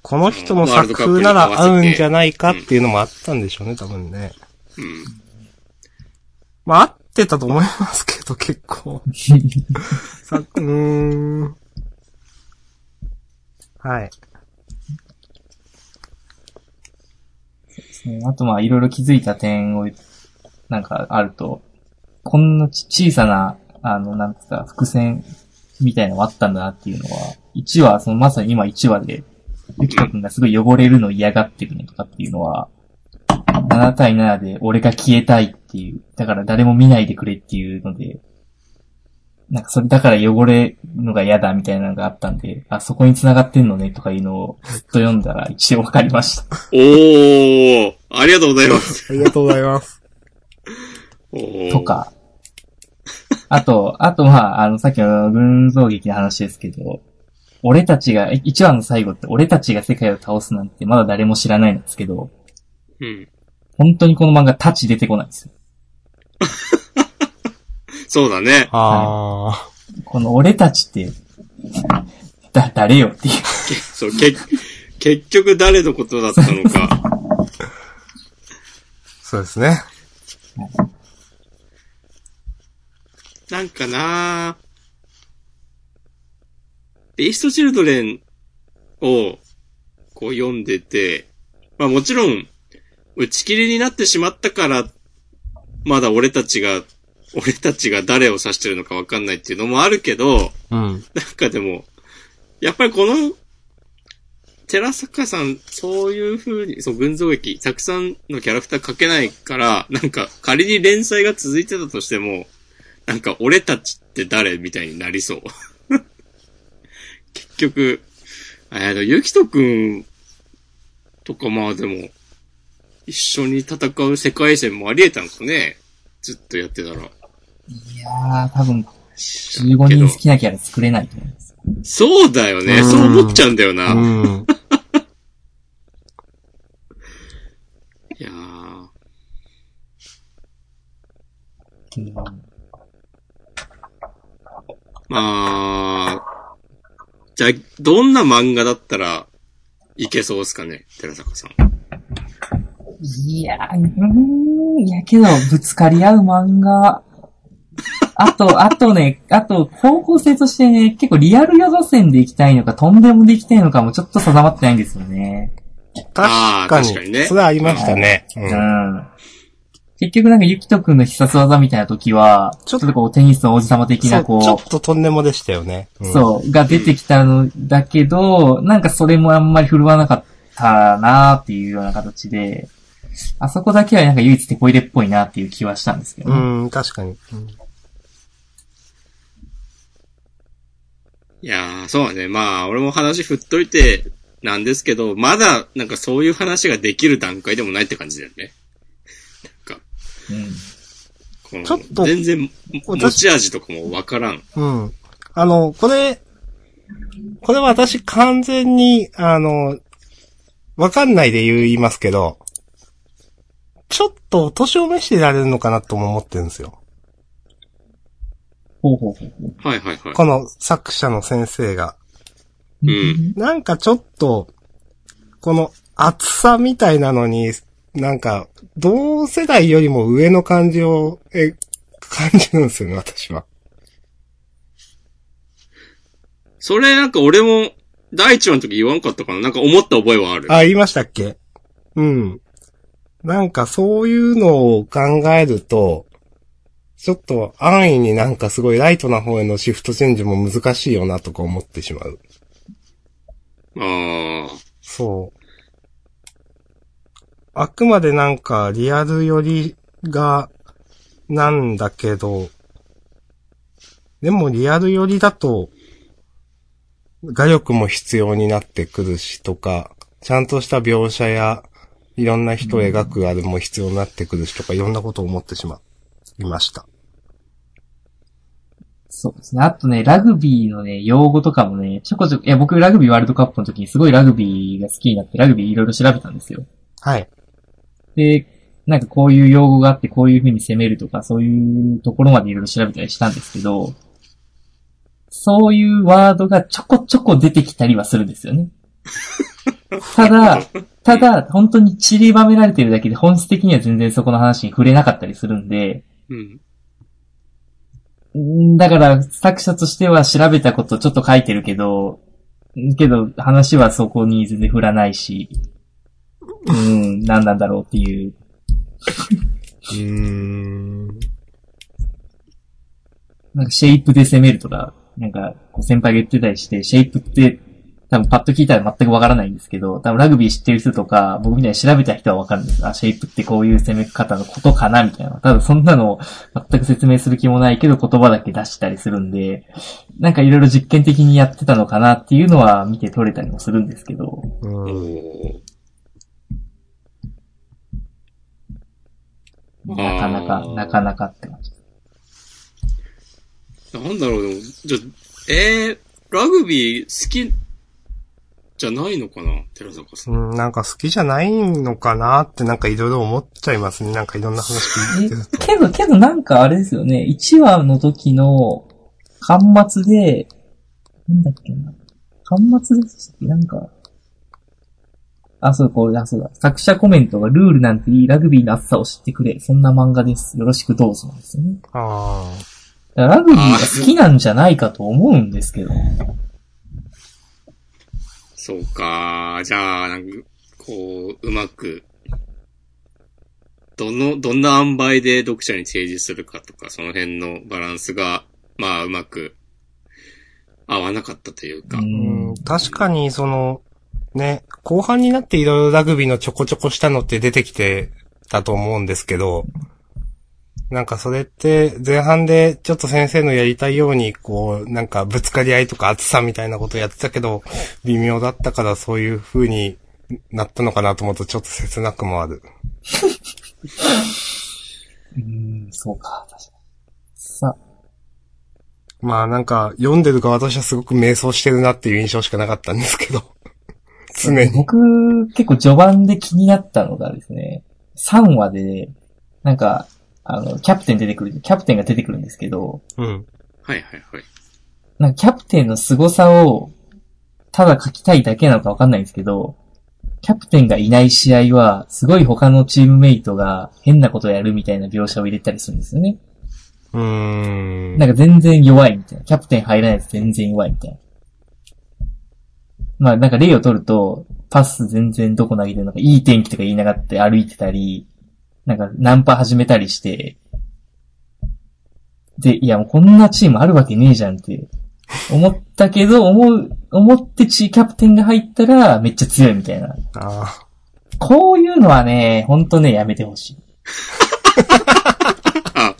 S2: この人の作風なら合うんじゃないかっていうのもあったんでしょうね、多分ね。
S1: うん。
S2: まあ、合ってたと思いますけど、結構。さ うーん。はい。
S3: あとまあいろいろ気づいた点を、なんかあると、こんなち小さな、あの、なんつうか、伏線みたいなのもあったんだなっていうのは、1話、そのまさに今1話で、ゆきとくんがすごい汚れるの嫌がってるのとかっていうのは、7対7で俺が消えたいっていう、だから誰も見ないでくれっていうので、なんかそれだから汚れるのが嫌だみたいなのがあったんで、あ、そこに繋がってんのねとかいうのをずっと読んだら一応わかりました。
S1: おー、ありがとうございます。
S2: ありがとうございます。
S1: おー
S3: と。か。あと、あとは、あの、さっきの群像劇の話ですけど、俺たちが、一話の最後って、俺たちが世界を倒すなんてまだ誰も知らないんですけど、
S1: うん。
S3: 本当にこの漫画、タチ出てこないんですよ。
S1: そうだね。
S2: ああ。
S3: この俺たちって、だ、誰よっていう。
S1: そう、け、 結局誰のことだったの か。
S2: そうですね。
S1: なんかなぁ。イーストチルドレンを、こう読んでて、まあもちろん、打ち切りになってしまったから、まだ俺たちが、俺たちが誰を指してるのかわかんないっていうのもあるけど、
S2: うん。
S1: なんかでも、やっぱりこの、寺坂さん、そういう風に、そう、群像劇、たくさんのキャラクター描けないから、なんか、仮に連載が続いてたとしても、なんか、俺たちって誰みたいになりそう。 結局、えっと、ゆきとくんとかまあでも、一緒に戦う世界線もあり得たんかねずっとやってたら。
S3: いやー、多分、15人好きなキャラ作れないと思います。
S1: そうだよね。
S2: うん
S1: そう思っちゃうんだよな。
S2: うん。
S1: いやー
S3: うん
S1: まあ、じゃあ、どんな漫画だったらいけそうですかね、寺坂さん。
S3: いやー、うーん、いやけど、ぶつかり合う漫画。あと、 あとね、あと、方向性としてね、結構リアル予想線で行きたいのか、とんでもで行きたいのかもちょっと定まってないんですよね。
S1: あー
S2: 確かに。
S1: 確かにね
S2: それありましたね。う。
S3: うんん。結局なんか、ゆきとくんの必殺技みたいな時は、
S2: ち
S3: ち
S2: ょ
S3: ょ
S2: っ
S3: っ
S2: と
S3: とこう、テニスの王子様的
S2: そ
S3: な、
S2: う、
S3: こう、
S2: ちょっととんでもでしたよね。うん
S3: そう、が出てきたのだけど、なんかそれもあんまり振るわなかったなっていうような形で、あそこだけはなんか唯一テこ入れっぽいなっていう気はしたんですけど、ね
S2: うん、確かに。うん
S1: いやー、そうだね。まあ、俺も話振っといて、なんですけど、まだ、なんかそういう話ができる段階でもないって感じだよね。なんか、この
S2: ちょっと
S1: 全然、
S2: お
S1: 持ち味とかもわからん。
S2: うん。あの、これ、これは私完全に、あの、わかんないで言いますけど、ちょっとお年を召してられるのかなとも思ってるんですよ。
S3: ほうほうほうほう。
S1: はいはいはい。
S2: この作者の先生が。
S1: うん
S2: なんかちょっと、この厚さみたいなのに、なんか、同世代よりも上の感じを、え、感じるんですよね、私は。
S1: それなんか俺も、第一話の時言わんかったかななんか思った覚えはある。
S2: あ、言いましたっけうん。なんかそういうのを考えると、ちょっと安易になんかすごいライトな方へのシフトチェンジも難しいよなとか思ってしまう。
S1: あー。
S2: そう。あくまでなんかリアル寄りが、なんだけど、でもリアル寄りだと、画力も必要になってくるしとか、ちゃんとした描写や、いろんな人を描くあれも必要になってくるしとか、いろんなことを思ってしまいました。
S3: そうですね。あとね、ラグビーのね、用語とかもね、ちょこちょこ、いや、僕ラグビーワールドカップの時にすごいラグビーが好きになって、ラグビーいろいろ調べたんですよ。
S2: はい。
S3: で、なんかこういう用語があって、こういう風に攻めるとか、そういうところまでいろいろ調べたりしたんですけど、そういうワードがちょこちょこ出てきたりはするんです よね。ただ、ただ、本当に散りばめられてるだけで、本質的には全然そこの話に触れなかったりするんで、
S1: うん。
S3: んーだから、作者としては調べたことちょっと書いてるけど、んけど、話はそこに全然振らないし、うん、何なんだろうっていう
S2: うーん。
S3: なんかシェイプで攻めるとか、なんか、先輩が言ってたりして、シェイプって、多分パッと聞いたら全くわからないんですけど、多分ラグビー知ってる人とか、僕みたいに調べた人はわかるんですあ、シェイプってこういう攻め方のことかなみたいな。多分そんなのを全く説明する気もないけど、言葉だけ出したりするんで、なんかいろいろ実験的にやってたのかなっていうのは見て取れたりもするんですけど、
S1: お
S2: うん。
S1: ー
S3: なかな
S1: あ
S3: か、
S1: ー
S3: なかなかって感じ。
S1: なんだろう、でも、じゃあ、えー、ラグビー好き、じゃないのかな寺坂さん。
S2: うん、なんか好きじゃないのかなってなんかいろいろ思っちゃいますね。なんかいろんな話聞いてると。
S3: けど、けどなんかあれですよね、1話の時の、端末で、なんだっけな、端末でしたっけなんか、あ、そう、こう、あ、そうだ、作者コメントがルールなんていいラグビーの熱さを知ってくれ、そんな漫画です。よろしくどうぞなんですよね。
S2: あ
S3: だからラグビーが好きなんじゃないかと思うんですけど。
S1: そうか。じゃあ、なんか、こう、うまく、どの、どんな塩梅で読者に提示するかとか、その辺のバランスが、まあ、うまく、合わなかったという
S3: う
S1: か。
S2: あ。うんん、確かにその、ね、後半になっていろいろラグビーのちょこちょこしたのって出てきてたと思うんですけど、なんかそれって前半でちょっと先生のやりたいようにこう、なんかぶつかり合いとか熱さみたいなことやってたけど、微妙だったからそういう風になったのかなと思うとちょっと切なくもある。
S3: うん、そうか、確かに。さあ、
S2: まあなんか読んでるか私はすごく迷走してるなっていう印象しかなかったんですけど。常に。
S3: 僕、結構序盤で気になったのがですね、3話で、なんか、あの、キャプテン出てくる、キャプテンが出てくるんですけど、
S2: うん。
S1: はいはいはい。
S3: なんかキャプテンの凄さを、ただ書きたいだけなのかわかんないんですけど、キャプテンがいない試合は、すごい他のチームメイトが変なことをやるみたいな描写を入れたりするんですよね。
S2: うーん。
S3: なんか全然弱いみたいな。キャプテン入らないやつ全然弱いみたいな。まあなんか例を取ると、パス全然どこ投げてるのか、いい天気とか言いながらって歩いてたり、なんかナンパ始めたりして、で、いやもうこんなチームあるわけねえじゃんって、思ったけど、思う、思ってチキャプテンが入ったらめっちゃ強いみたいな。
S2: あ
S3: こういうのはね、ほんとね、やめてほしい。
S1: あ、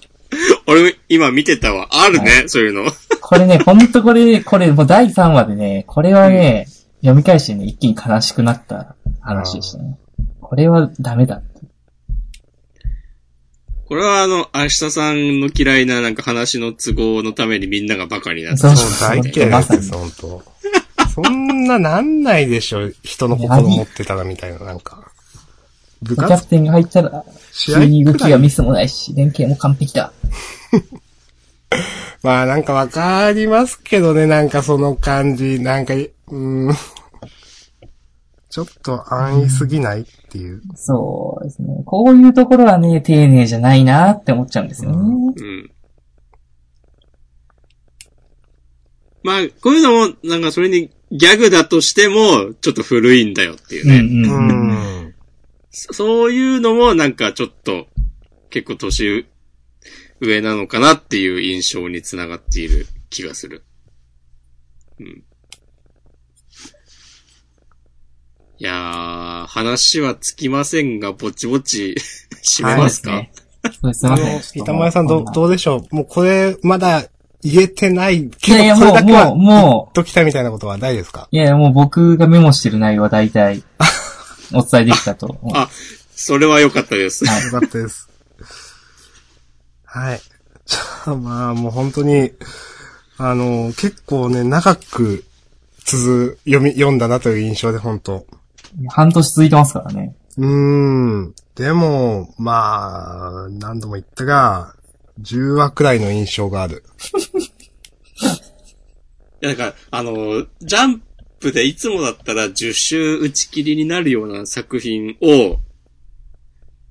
S1: 俺今見てたわ。あるね、そういうの。
S3: これね、ほんとこれ、これ、もう第3話でね、これはね、読み返してね、一気に悲しくなった話でしたね。これはダメだって。
S1: これはあの、明日さんの嫌いななんか話の都合のためにみんながバカになって
S2: あ。
S3: そう
S2: そう、大嫌いですよ、本当。そんななんないでしょ、人の心持ってたらみたいな、なんか。部
S3: キャ
S2: 活
S3: プテンが入ったら、
S2: 試合
S3: 急に動
S2: く
S3: き
S2: ら
S3: が
S2: い
S3: ミスもないし、連携も完璧だ。
S2: まあなんかわかりますけどね、なんかその感じ、なんか、うーん。ちょっと安易すぎないっていう。
S3: そうですね。こういうところはね、丁寧じゃないなって思っちゃうんですよね。
S1: うん。まあ、こういうのも、なんかそれにギャグだとしても、ちょっと古いんだよっていう
S3: うん
S1: ね。
S2: う
S3: うんうん。
S2: ん。
S1: そそういうのもなんかちょっと、結構年上なのかなっていう印象につながっている気がする。うん。いやー、話はつきませんが、ぼちぼち 締めますか、
S3: そうですね。そうですす
S2: あの
S3: いません。ちょっと
S2: 板前さんどう、
S3: こ
S2: どうでしょうもうこれ、まだ言えてないけ
S3: いやいや、
S2: ど、これ
S3: もう、
S2: だけ
S3: もう、
S2: は、
S3: もう、
S2: ときたみたいなことはないですか
S3: いやいや、もう僕がメモしてる内容は 大体、お伝えできたと思う。
S1: あそれは良かったです。
S2: よかったです。はい。じゃあまあもう本当に、あの、結構ね、長く続、読み、読んだなという印象で本当。
S3: 半年続いてますからね。
S2: うーん。でも、まあ、何度も言ったが、10話くらいの印象がある。
S1: いや、なんか、あの、ジャンプでいつもだったら10周打ち切りになるような作品を、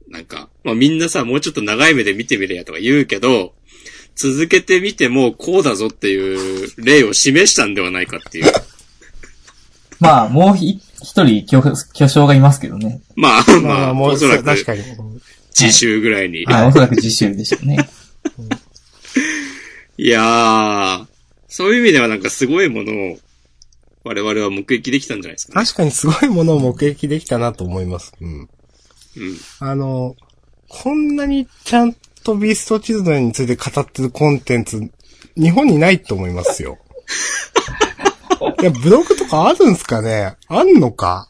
S1: なんか、まあみんなさ、もうちょっと長い目で見てみれやとか言うけど、続けてみてもこうだぞっていう例を示したんではないかっていう。
S3: まあ、もうひ一人巨、巨匠がいますけどね。
S1: まあ、まあ、おそらく
S2: 確かに。
S1: 次週ぐらいに。
S3: はい、おそらく次週でしょ うね。
S1: いやー、そういう意味ではなんかすごいものを、我々は目撃できたんじゃないですかね。
S2: 確かにすごいものを目撃できたなと思います。うん。
S1: うん。
S2: あの、こんなにちゃんとビーストチルドレンについて語ってるコンテンツ、日本にないと思いますよ。いや、ブログとかあるんすかねあんのか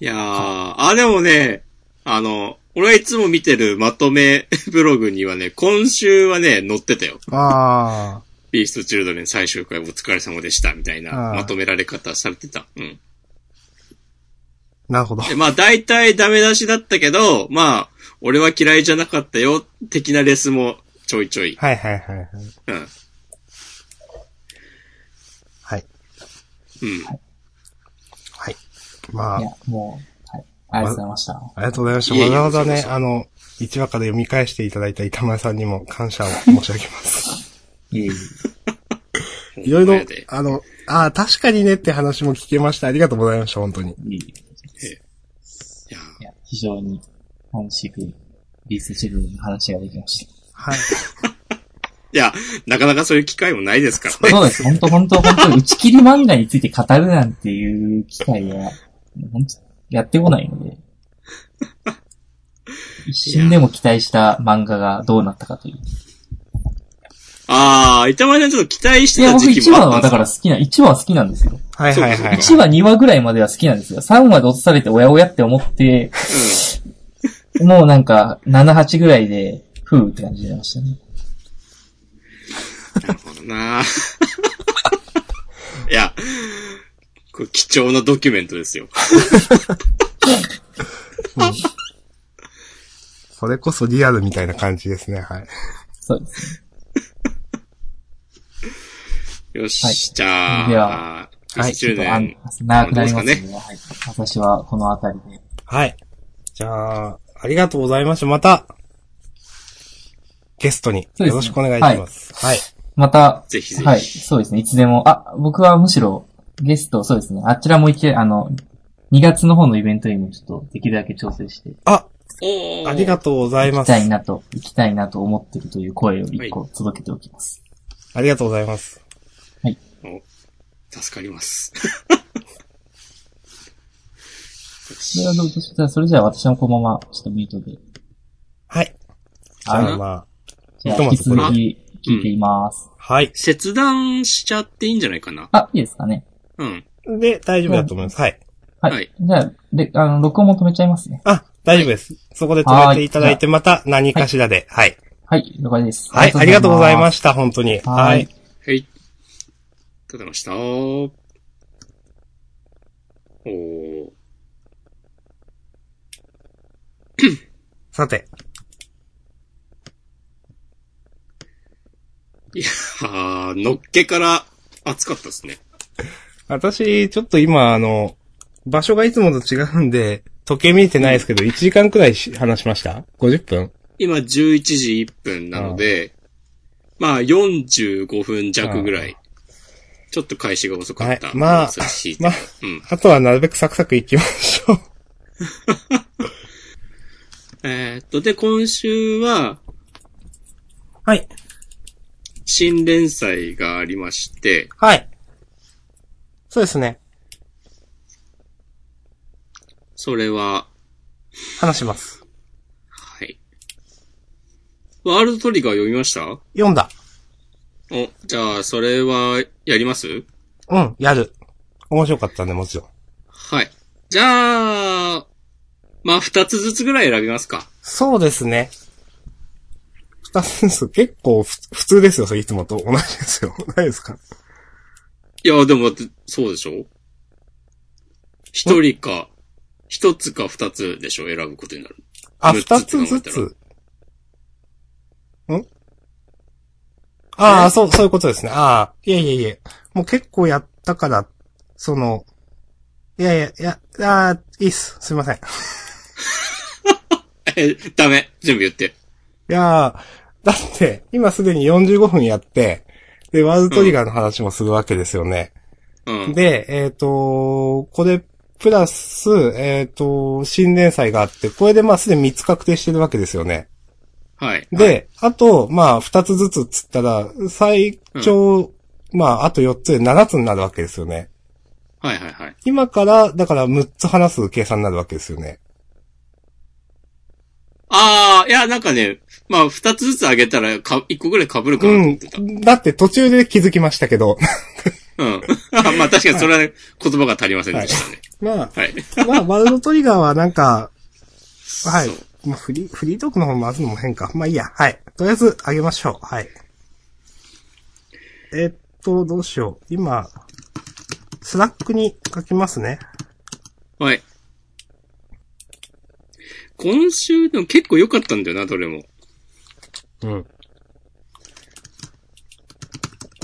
S1: いやー、あ、でもね、あの、俺はいつも見てるまとめ ブログにはね、今週はね、載ってたよ。
S2: あ
S1: ビーストチルドレン最終回お疲れ様でした、みたいな
S2: あー
S1: まとめられ方されてた。うん。
S2: あ、なるほど。
S1: で、まあ大体ダメ出しだったけど、まあ、俺は嫌いじゃなかったよ、的なレスもちょいちょい。
S2: はいはいはいはい。
S1: うん。
S2: はい。
S1: うん。
S2: はい。まあ
S3: いや、、もう、はい。ありがとうございました。
S2: ありがとうございました。
S1: いえいえ
S2: わざわざ
S1: こ
S2: ね、
S1: ちらこ
S2: あの、1話から読み返していただいた板前さんにも感謝を申し上げます。
S3: いえいえ。
S2: いろ
S1: ほん
S2: いろ
S1: まやで、
S2: あの、ああ、確かにねって話も聞けました。ありがとうございました、本当に。
S3: いえいえ
S1: いや
S3: いや、非常に楽しく、リースチルの話ができまし
S2: はい。
S1: いや、なかなかそういう機会もないですから
S3: た。
S1: ね。
S3: そうです。本当本当本当打ち切り漫画について語るなんていう機会は、本当やってこないの で。一瞬でも期待した漫画がどうなったかという。
S1: あー、板前さんちょっと期待し
S3: い
S1: て
S3: や、
S1: た
S3: 僕
S1: 時期
S3: 1
S1: も
S3: 話
S1: あ
S3: は
S1: った
S3: だ
S1: ん
S3: か
S1: で
S3: ら好きな、1話は好きなんですよ。
S2: はいはいはい。
S3: 1話、2話ぐらいまでは好きなんですよ。3話で落とされておやおやって思って、
S1: す
S3: もうなんか、7、8ぐらいで、ふうって感じになりましたね。
S1: よ。うん。なるほどな いや、これ貴重なドキュメントですよ。
S2: それこそリアルみたいな感じですね、はい。
S3: そうです。
S1: よし、
S3: はい
S1: じゃあ、
S3: で
S1: は
S3: は、
S2: はい
S1: 10
S3: あん
S1: 年。
S3: 長くなりますの
S1: どう
S3: で、はい。私はこのあたりで。
S2: はい。じゃあ、ありがとうございました。また、ゲストによろしくお願いします。はい。
S3: また、
S1: ぜひぜひ。
S3: はい、そうですね、いつでも。あ、僕はむしろ、ゲスト、そうですね、あちらも行け、あの、2月の方のイベントにもちょっとできるだけ調整して、
S2: あ、
S1: おー
S2: ありがとうござい
S3: 行
S2: ま
S3: き
S2: す。
S3: たい
S2: あ
S3: なと、行きたいなと思ってるという声を一個届けておきます。
S2: りがとうございます。
S1: 助かります。
S3: それはどうじゃあそれじゃあ私もこのまま、ちょっとミートで。
S2: はい。じ
S1: い
S2: ゃ
S3: は
S2: あま
S3: い。じゃあ引き続き聞いています。
S2: あ、はい。
S1: 切断しちゃっていいんじゃないかな
S3: あ、いいですかね。
S1: うん。
S2: で、大丈夫だと思います。はい。
S3: はい。
S1: はい
S3: じゃあ、で、あの、録音も止めちゃいますね。
S2: あ、大丈夫です。そこで止めていただいて、また何かしらで。はい。
S3: はい、了解です。
S2: はい。ありがとうございま
S3: し
S2: した、本当に。は
S3: はいい。
S1: はい。ありがとうございました。おー。
S2: さて、
S1: あー、のっけから暑かったですね。
S2: 私、ちょっと今、あの、場所がいつもと違うんで、時計見てないですけど、1時間くらいし話しました ?50 分
S1: 今11時1分なので、まあ45分弱ぐらい。ちょっと開始が遅かった。
S2: はいまあ
S1: そうし
S2: まあ、
S1: うん。
S2: あとはなるべくサクサク行きましょう。
S1: えーっと、で、今週は、
S2: はい。
S1: 新連載がありまして、
S2: はい。そうですね。
S1: それは、
S2: 話します。
S1: はい。ワールドトリガー読みました
S2: 読んだ。
S1: お、じゃあ、それは、やります
S2: うん、やる。面白かったね、もちろん。
S1: はい。じゃあ、まあ、二つずつぐらい選びますか。
S2: そうですね。二つです結構ふ普通ですよ、それいつもと同じですよ。ないですか
S1: いや、でも、だってそうでしょ一人か、一つか二つでしょ選ぶことになる。
S2: あ、
S1: 六
S2: 二
S1: つ
S2: つず
S1: って考
S2: つ。んああ、そう、そういうことですね。ああ、いえいえいえ。もう結構やったから、その、いやいや、いや、ああ、いいっす。すいません。い
S1: え、ダメ。全部言って。
S2: やーだって、今すでに45分やって、で、ワールドトリガーの話もするわけですよね。
S1: うん。
S2: で、えっ、とこれ、プラス、えっ、と、新連載があって、これでまあすでに3つ確定してるわけですよね。
S1: はい。
S2: で、あと、まあ、二つずつっつったら、最長、まあ、あと四つで七つになるわけですよね。
S1: はいはいはい。
S2: 今から、だから六つ話す計算になるわけですよね。
S1: ああ、いや、なんかね、まあ、二つずつあげたら、か、一個ぐらい被るか
S2: う
S1: なと思ってた。うん。
S2: ん。だって途中で気づきましたけど。
S1: まあ、確かにそれは言葉が足りませんでしたね。
S2: まあ、
S1: はい。
S2: まあ、ワールドトリガーはなんか、はい
S1: そう。
S2: まあ、フリー、フリートークの方回すのも変か。まあいいや。はい。とりあえず、あげましょう。はい。えっと、どうしよう。今、スラックに書きますね。
S1: はい。今週でも結構良かったんだよな、どれも。
S2: うん。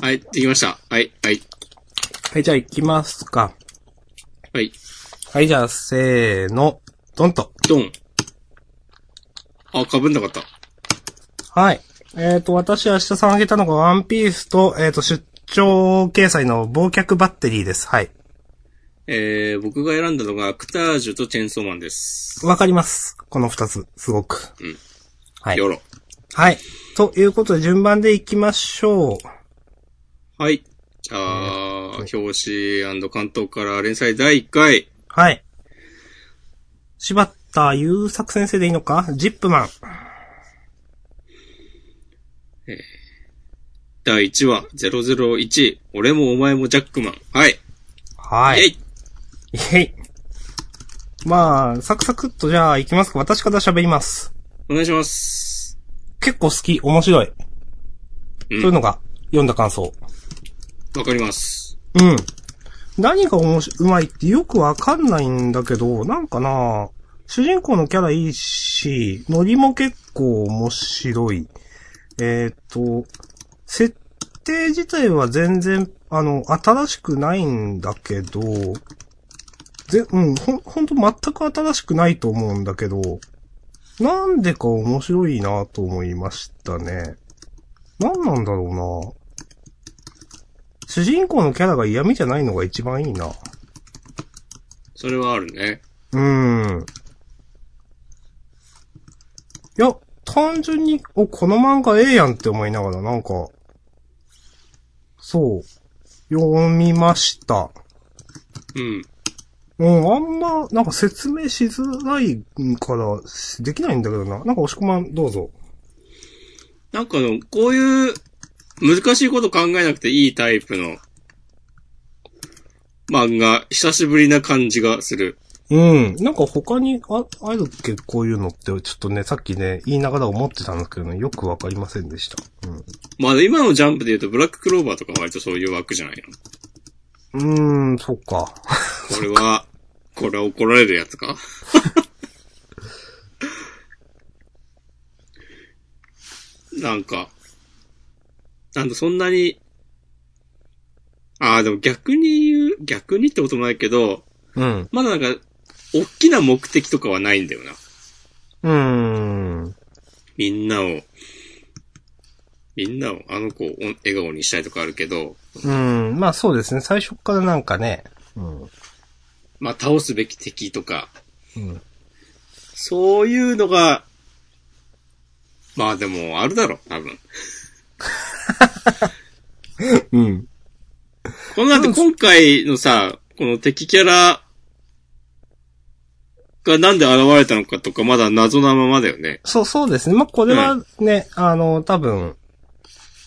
S1: はい、できました。はい、はい、
S2: はい、じゃあ行きますか。
S1: はい、
S2: はい、じゃあ、せーの、ドンと。
S1: ドン。あ、被んなかった。
S2: はい。えっ、ー、と、私、明日さんあげたのが、ワンピースと、えっ、と、出張掲載の忘却バッテリーです。はい。
S1: えー、僕が選んだのが、アクタージュとチェーンソーマンです。
S2: わかります。この二つ、すごく。
S1: うん。
S2: はい
S1: よ。ろ。
S2: はい。ということで、順番で行きましょう。
S1: はい。じゃあ、表紙関東から連載第1回。
S2: はい。柴田優作先生でいいのかジップマン。
S1: 第1話、001、俺もお前もジャックマン。はい。
S2: は
S1: イェ
S2: い。
S1: イ
S2: イェイ。まあ、サクサクっとじゃあ行きますか。私から喋ります。
S1: お願いします。
S2: 結構好き、面白い。
S1: う。
S2: そういうんのが、読んだ感想。
S1: わかります。
S2: うん。何がおもし、うまいってよくわかんないんだけど、なんかな主人公のキャラいいし、ノリも結構面白い。えっ、と、設定自体は全然、あの、新しくないんだけど、ぜ、うん、ほん、ほんと全く新しくないと思うんだけど、なんでか面白いなと思いましたね。なんなんだろうな主人公のキャラが嫌味じゃないのが一番いいな。
S1: それはあるね。
S2: うーん。いや、単純に、お、この漫画ええやんって思いながら、なんか、そう、読みました。
S1: うん。
S2: うん、あんま、なんか説明しづらいから、しできないんだけどな。なんか、押し込まん、どうぞ。
S1: なんかあの、こういう難しいこと考えなくていいタイプの漫画、久しぶりな感じがする。
S2: うん。なんか他にあ、あるっけこういうのって、ちょっとね、さっきね、言いながら思ってたんですけどね、よくわかりませんでした。うん。
S1: まあ今のジャンプで言うとブラッククローバーとか割とそういう枠じゃないの。
S2: うーん、そっか。
S1: これは、これは怒られるやつか なんか、なんだそんなに、ああ、でも逆に言う、逆にってこともないけど、
S2: うん。
S1: まだなんか、大きな目的とかはないんだよな。
S2: うーん。
S1: みんなを、みんなを、あの子をお笑顔にしたいとかあるけど、
S2: うん。まあそうですね。最初からなんかね。うん。
S1: まあ倒すべき敵とか、
S2: うん。
S1: そういうのが、まあでも、あるだろう、多分。
S2: うん。
S1: このだって今回のさ、この敵キャラがなんで現れたのかとか、まだ謎なままだよね。
S2: そう、そうですね。まあこれはね、あの、多分、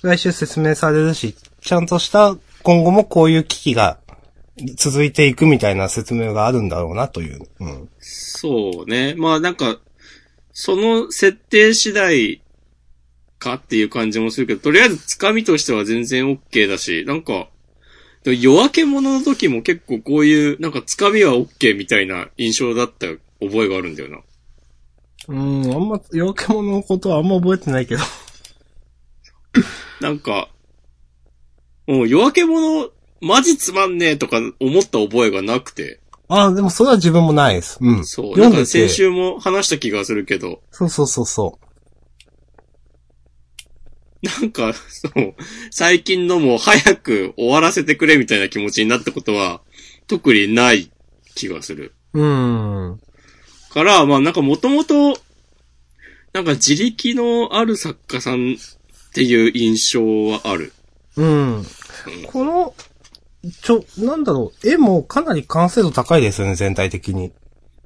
S2: 来週説明されるし、ちゃんとした、今後もこういう危機が続いていくみたいな説明があるんだろうなという。うん。
S1: そうね。まあなんか、その設定次第かっていう感じもするけど、とりあえずつかみとしては全然 OK だし、なんか、でも夜明け者の時も結構こういう、なんかつかみは OK みたいな印象だった覚えがあるんだよな。
S2: うん、あんま、夜明け者のことはあんま覚えてないけど。
S1: なんか、もう夜明け者、マジつまんねえとか思った覚えがなくて。
S2: ああ、でもそれは自分もないです。うん。
S1: そう。
S2: 読
S1: なんん
S2: でて
S1: か先週も話した気がするけど、
S2: そうそうそうそう。
S1: なんか、そう、最近のも早く終わらせてくれみたいな気持ちになったことは、特にない気がする。
S2: うーん。
S1: から、まあなんかもともと、なんか自力のある作家さんっていう印象はある。
S2: うん。この、ちょ、なんだろう、絵もかなり完成度高いですよね、全体的に。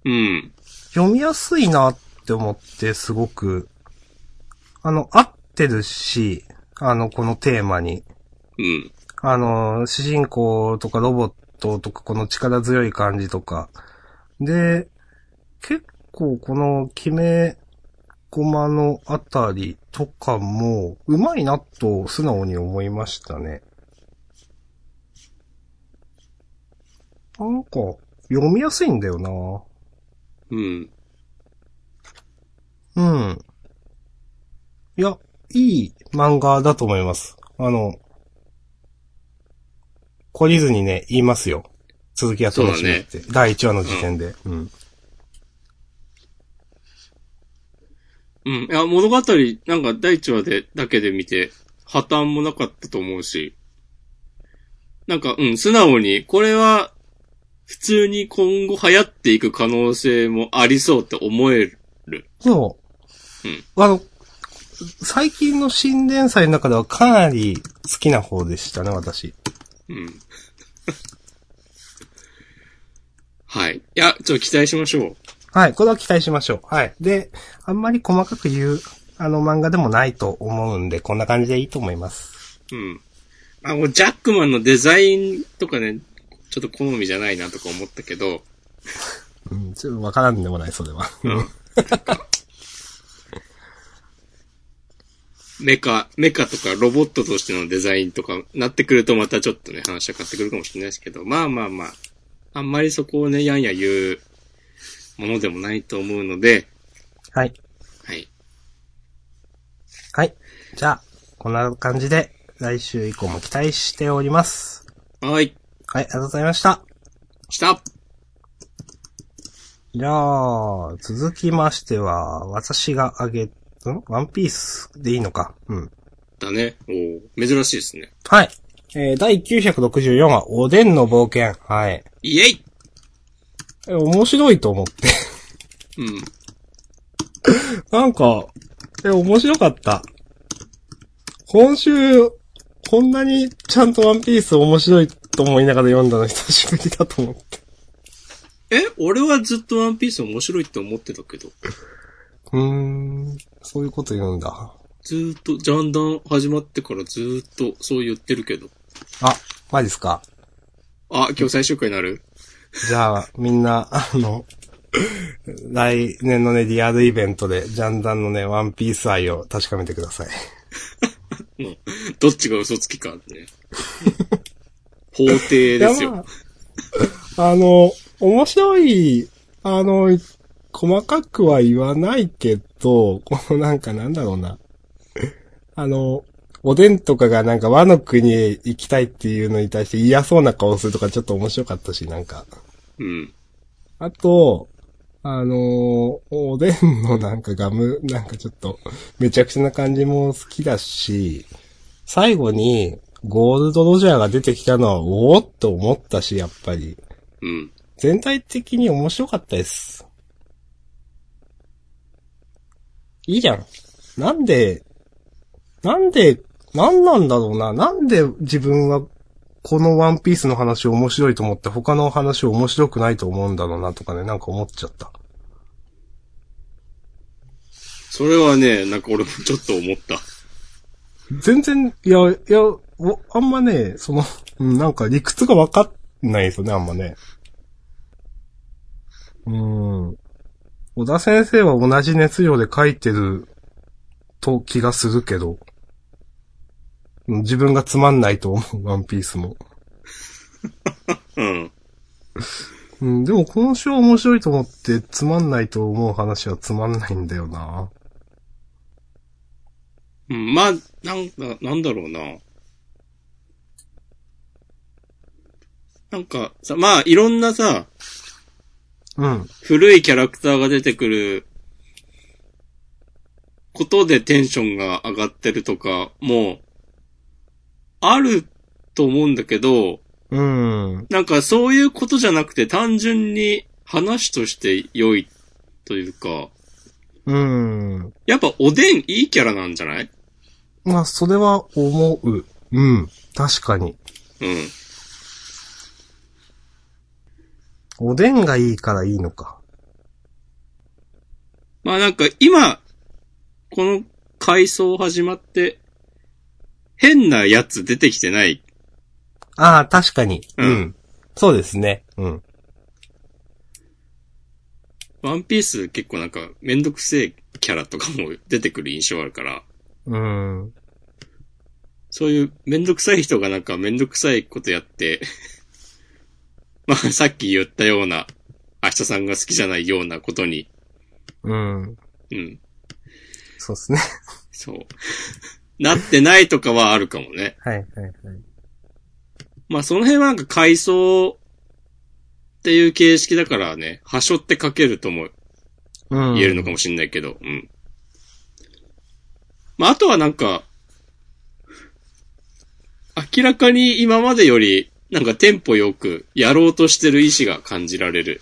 S1: うん。
S2: 読みやすいなって思って、すごく。あの、合ってるし、あの、このテーマに。
S1: うん。
S2: あの、主人公とかロボットとか、この力強い感じとか。で、結構この決め駒のあたりとかも、うまいなと素直に思いましたね。なんか、読みやすいんだよな
S1: うん。
S2: うん。いや、いい漫画だと思います。あの、懲りずにね、言いますよ。続きは楽しみって。第1話の時点で。うん。
S1: うん。いや、物語、なんか第一話で、だけで見て、破綻もなかったと思うし、なんか、うん、素直に、これは、普通に今後流行っていく可能性もありそうって思える。
S2: そう。
S1: うん
S2: あの、最近の新連載の中ではかなり好きな方でしたね、私。
S1: うん。 はい。いや、ちょっと期待しましょう。
S2: はい、これは期待しましょう。はい。で、あんまり細かく言う、あの漫画でもないと思うんで、こんな感じでいいと思います。
S1: うん。あ、もうジャックマンのデザインとかね、ちょっと好みじゃないなとか思ったけど、
S2: うん、ちょっとわからんでもない、それは。
S1: メカ、メカとかロボットとしてのデザインとかなってくるとまたちょっとね、話は変わってくるかもしれないですけど、まあまあまあ、あんまりそこをね、やんや言うものでもないと思うので、
S2: はい。
S1: はい。
S2: はい。じゃあ、こんな感じで、来週以降も期待しております。
S1: はい。
S2: はい、ありがとうございました。
S1: した
S2: じゃあ、続きましては、私があげ、んワンピースでいいのか。うん。
S1: だね。おー珍しいですね。
S2: はい。えー、第964話、おでんの冒険。はい。
S1: イエイ
S2: え面白いと思って。
S1: うん。
S2: なんか、え、面白かった。今週、こんなにちゃんとワンピース面白いと思いながら読んだの久しぶりだと思って。
S1: え、俺はずっとワンピース面白いって思ってたけど、
S2: うーん、そういうこと言うんだ。
S1: ずーっと、ジャンダン始まってからずーっとそう言ってるけど。
S2: あ、マジですか。
S1: あ、今日最終回になる
S2: じゃあ、みんな、あの、来年のね、リアルイベントで、ジャンダンのね、ワンピース愛を確かめてください。
S1: もう、どっちが嘘つきかね。法廷ですよ。
S2: いやまああの、面白い、あの、細かくは言わないけど、このなんかなんだろうな。あの、おでんとかがなんか和の国へ行きたいっていうのに対して嫌そうな顔するとかちょっと面白かったし、なんか。
S1: うん。
S2: あと、あのーおでんのなんかガム、なんかちょっと、めちゃくちゃな感じも好きだし、最後に、ゴールドロジャーが出てきたのは、おおっと思ったし、やっぱり。
S1: うん。
S2: 全体的に面白かったです。いいじゃん。なんで、なんで、なんなんだろうな。なんで自分はこのワンピースの話を面白いと思って他の話を面白くないと思うんだろうなとかね、なんか思っちゃった。
S1: それはね、なんか俺もちょっと思った。
S2: 全然、いや、いや、おあんまね、その、うんなんか理屈がわかんないですよね、あんまね。うーん。小田先生は同じ熱量で書いてると気がするけど、うん自分がつまんないと思う、ワンピースも。
S1: うん。
S2: うん、でも今週は面白いと思って、つまんないと思う話はつまんないんだよな。
S1: うん、まあ、なんだ、なんだろうな。なんか、さ、まあ、いろんなさ、
S2: うん。
S1: 古いキャラクターが出てくることでテンションが上がってるとか、もう、あると思うんだけど、
S2: うん。
S1: なんかそういうことじゃなくて単純に話として良いというか、
S2: うん。
S1: やっぱおでんいいキャラなんじゃない
S2: まあ、それは思う。うん。確かに。
S1: うん。
S2: おでんがいいからいいのか。
S1: まあなんか今、この回想始まって、変なやつ出てきてない。
S2: ああ、確かに。
S1: うん
S2: そうですね。うん。
S1: ワンピース結構なんかめんどくせえキャラとかも出てくる印象あるから、
S2: うん。
S1: そういうめんどくさい人がなんかめんどくさいことやって、 まあさっき言ったような、明日さんが好きじゃないようなことに、
S2: うん。
S1: うん、
S2: そうですね。
S1: そう。なってないとかはあるかもね。
S2: はい、はい、はい。
S1: まあその辺はなんか階層っていう形式だからね、端折って書けるとも
S2: うん。
S1: 言えるのかもしんないけど、うん。まああとはなんか、明らかに今までより、なんかテンポよくやろうとしてる意志が感じられる。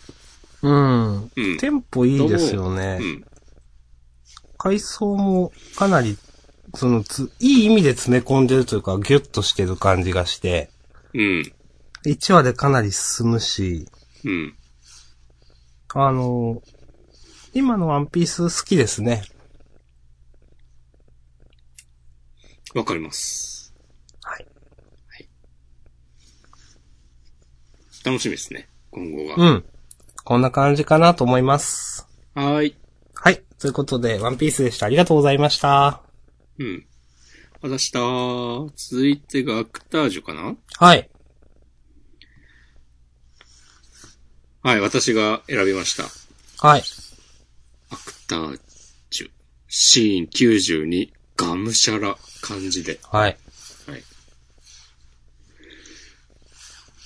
S2: うん。
S1: うん。
S2: テンポいいですよね
S1: う。ん。
S2: 階層もかなり、そのつ、いい意味で詰め込んでるというか、ギュッとしてる感じがして、
S1: うん。
S2: 1話でかなり進むし、
S1: うん。
S2: あの、今のワンピース好きですね。
S1: わかります。
S2: はい。
S1: 楽しみですね。今後
S2: う
S1: が。
S2: ん。こんな感じかなと思います。
S1: はーい。
S2: はい。ということで、ワンピースでした。ありがとうございました。
S1: うん。私だー。続いてがアクタージュかな
S2: はい。
S1: はい、私が選びました。
S2: はい。
S1: アクター中、シーン92、がむしゃら感じで。
S2: はい。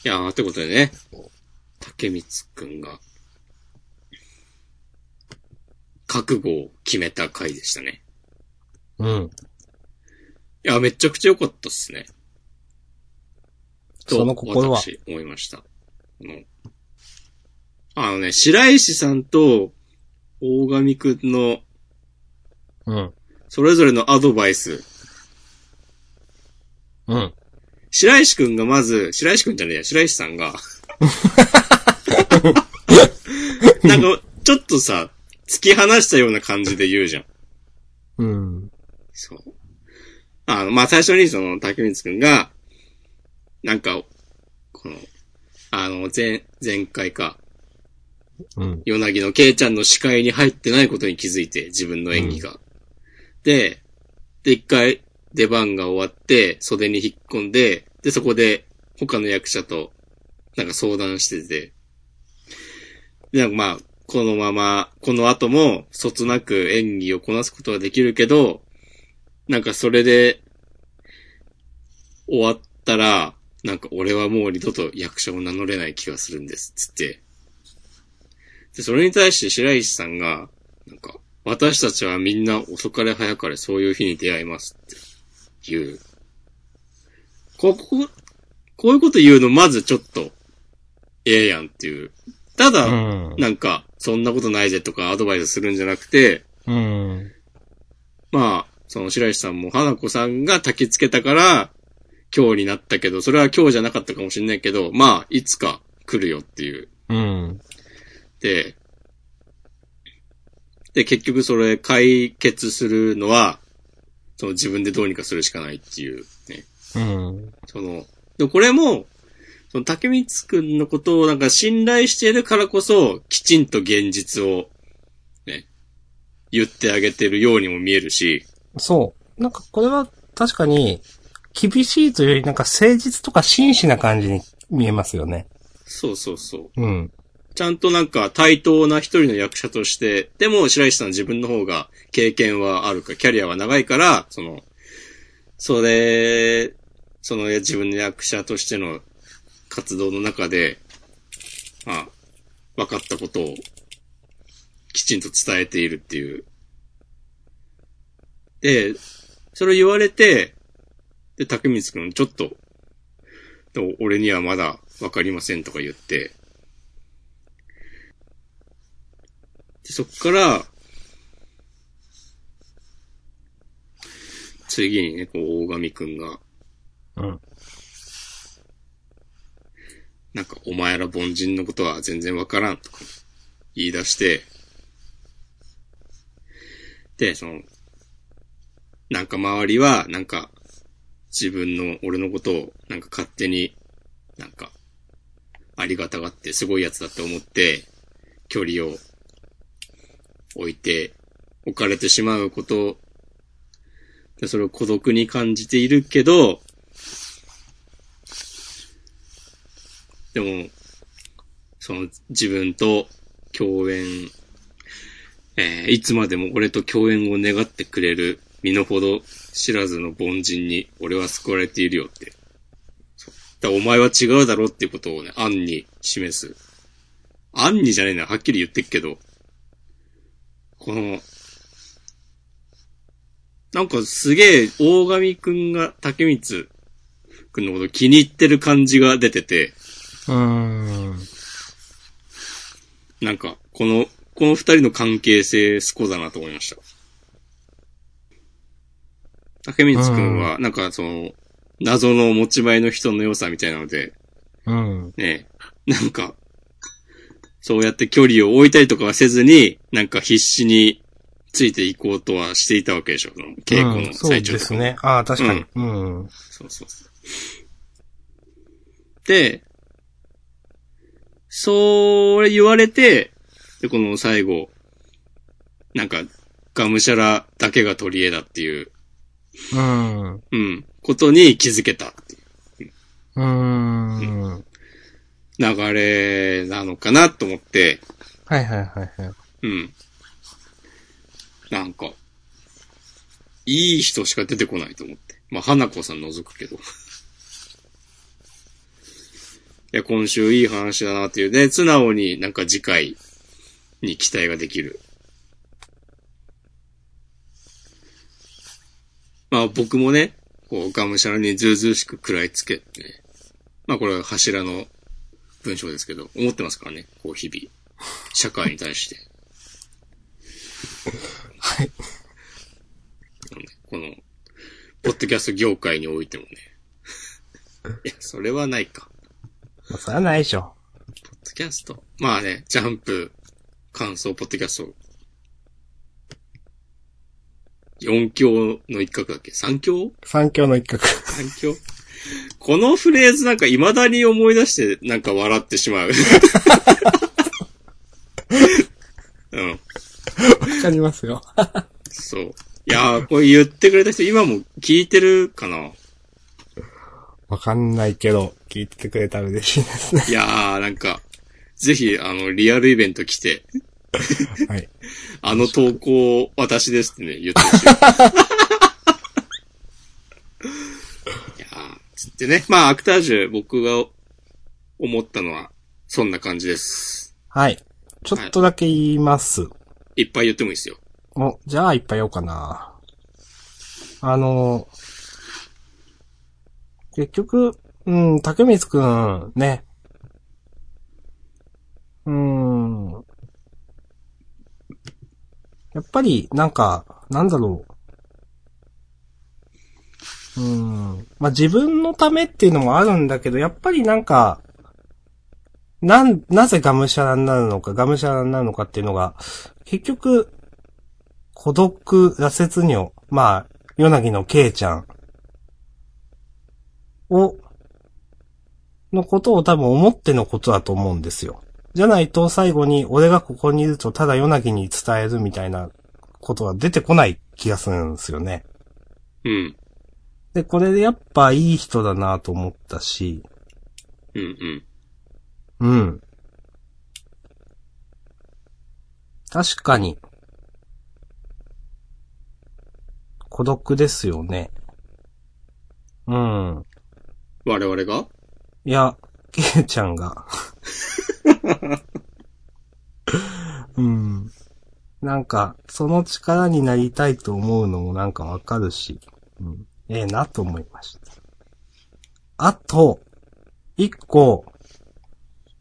S1: いやー、ってことでね、竹光くんが、覚悟を決めた回でしたね。
S2: うん。
S1: いやー、めちゃくちゃ良かったっすね。と
S2: その心は。
S1: 私、思いました。あのあのね、白石さんと大神くんの
S2: うん。
S1: それぞれのアドバイス。
S2: うん。
S1: 白石くんがまず、白石くんじゃねえや、白石さんが。なんか、ちょっとさ、突き放したような感じで言うじゃん。
S2: うん。
S1: そう。あの、まあ、最初にその、竹光くんが、なんか、この、あの、前、前回か、
S2: うん。
S1: 夜なぎのケイちゃんの視界に入ってないことに気づいて、自分の演技が。で、で、一回出番が終わって、袖に引っ込んで、で、そこで他の役者と、なんか相談してて、で、なんかまあ、このまま、この後も、そつなく演技をこなすことはできるけど、なんかそれで、終わったら、なんか俺はもう二度と役者を名乗れない気がするんです、つって。で、それに対して白石さんが、なんか、私たちはみんな遅かれ早かれそういう日に出会いますっていう。ここ、こういうこと言うのまずちょっと、ええやんっていう。ただ、
S2: うん。
S1: なんか、そんなことないぜとかアドバイスするんじゃなくて、
S2: うん。
S1: まあ、その白石さんも花子さんが焚きつけたから、今日になったけど、それは今日じゃなかったかもしれないけど、まあ、いつか来るよっていう。
S2: うん。
S1: で、で、結局それ解決するのは、その自分でどうにかするしかないっていうね。
S2: うん。
S1: その、でもこれも、その竹光くんのことをなんか信頼しているからこそ、きちんと現実を、ね、言ってあげてるようにも見えるし、
S2: そう。なんかこれは確かに、厳しいというよりなんか誠実とか真摯な感じに見えますよね。
S1: そうそうそう。
S2: うん。
S1: ちゃんとなんか対等な一人の役者として、でも白石さん自分の方が経験はあるか、キャリアは長いから、その、それ、その自分の役者としての活動の中で、まあ、分かったことをきちんと伝えているっていう。で、それを言われて、で、竹光くんちょっと、でも俺にはまだ分かりませんとか言って、で、そっから、次にね、こう、大神くんが、
S2: うん。
S1: なんか、お前ら凡人のことは全然わからんとか言い出して、で、その、なんか周りは、なんか、自分の、俺のことを、なんか勝手に、なんか、ありがたがって、すごいやつだって思って、距離を置いて、置かれてしまうこと、でそれを孤独に感じているけど、でも、その自分と共演、えーいつまでも俺と共演を願ってくれる身の程知らずの凡人に俺は救われているよって。そうだからお前は違うだろっていうことをね、暗に示す。暗にじゃねえな、はっきり言ってっけど。この、なんかすげえ、大神くんが竹光くんのこと気に入ってる感じが出てて。
S2: うん。
S1: なんか、この、この二人の関係性、すこだなと思いました。竹光くんは、なんかその、謎の持ち前の人の良さみたいなので、
S2: うん。
S1: ね、なんか、そうやって距離を置いたりとかはせずに、なんか必死についていこうとはしていたわけでしょ、その稽古
S2: うん
S1: の
S2: そう
S1: 最中
S2: で
S1: とか
S2: す
S1: も
S2: ね。ああ、確かに。うん。
S1: そうそうそう。で、それ言われて、で、この最後、なんか、がむしゃらだけが取り柄だっていう、
S2: うん。
S1: うん、ことに気づけたっていう
S2: うん。
S1: 流れなのかなと思って、
S2: はいはいはいはい。
S1: うん。なんか、いい人しか出てこないと思って。まあ、花子さん除くけど。いや、今週いい話だなっていう。で、素直になんか次回に期待ができる。まあ僕もね、こう、がむしゃらにずうずうしく食らいつけってね、まあこれは柱の文章ですけど、思ってますからね、こう日々。社会に対して。
S2: はい。
S1: なんでこの、ポッドキャスト業界においてもね。 いや、それはないか。
S2: まあ、それはないでしょ。
S1: ポッドキャスト。まあね、ジャンプ、感想、ポッドキャスト。4強の一角だっけ ?3 強
S2: 三強の一角。
S1: 三強 このフレーズなんか未だに思い出してなんか笑ってしまう。 うん。
S2: わかりますよ。
S1: そう。いやー、これ言ってくれた人今も聞いてるかな
S2: わかんないけど、聞いててくれたら嬉しいで すね。
S1: いやー、なんか、ぜひ、あの、リアルイベント来て、
S2: はい。
S1: あの投稿、私ですってね、言ってほしい。いやー、つってね。まあ、アクタージュ、僕が思ったのは、そんな感じです。
S2: はい。ちょっとだけ言います。
S1: いっぱい言ってもいいですよ。
S2: お、じゃあいっぱい言おうかな。あの、結局、うん、竹光くん、ね。うん。やっぱり、なんか、なんだろう。うん。まあ、自分のためっていうのもあるんだけど、やっぱりなんか、なん、なぜがむしゃらになるのか、がむしゃらになるのかっていうのが、結局、孤独、挫折女、まあ、ヨナギのケイちゃんを、のことを多分思ってのことだと思うんですよ。じゃないと最後に俺がここにいるとただヨナギに伝えるみたいなことは出てこない気がするんですよね。
S1: うん。
S2: で、これでやっぱいい人だなと思ったし、
S1: うんうん。
S2: うん。確かに。孤独ですよね。うん。
S1: 我々が
S2: いや、ケイちゃんが。 うん。なんか、その力になりたいと思うのもなんかわかるし、うん、ええなと思いました。あと、一個、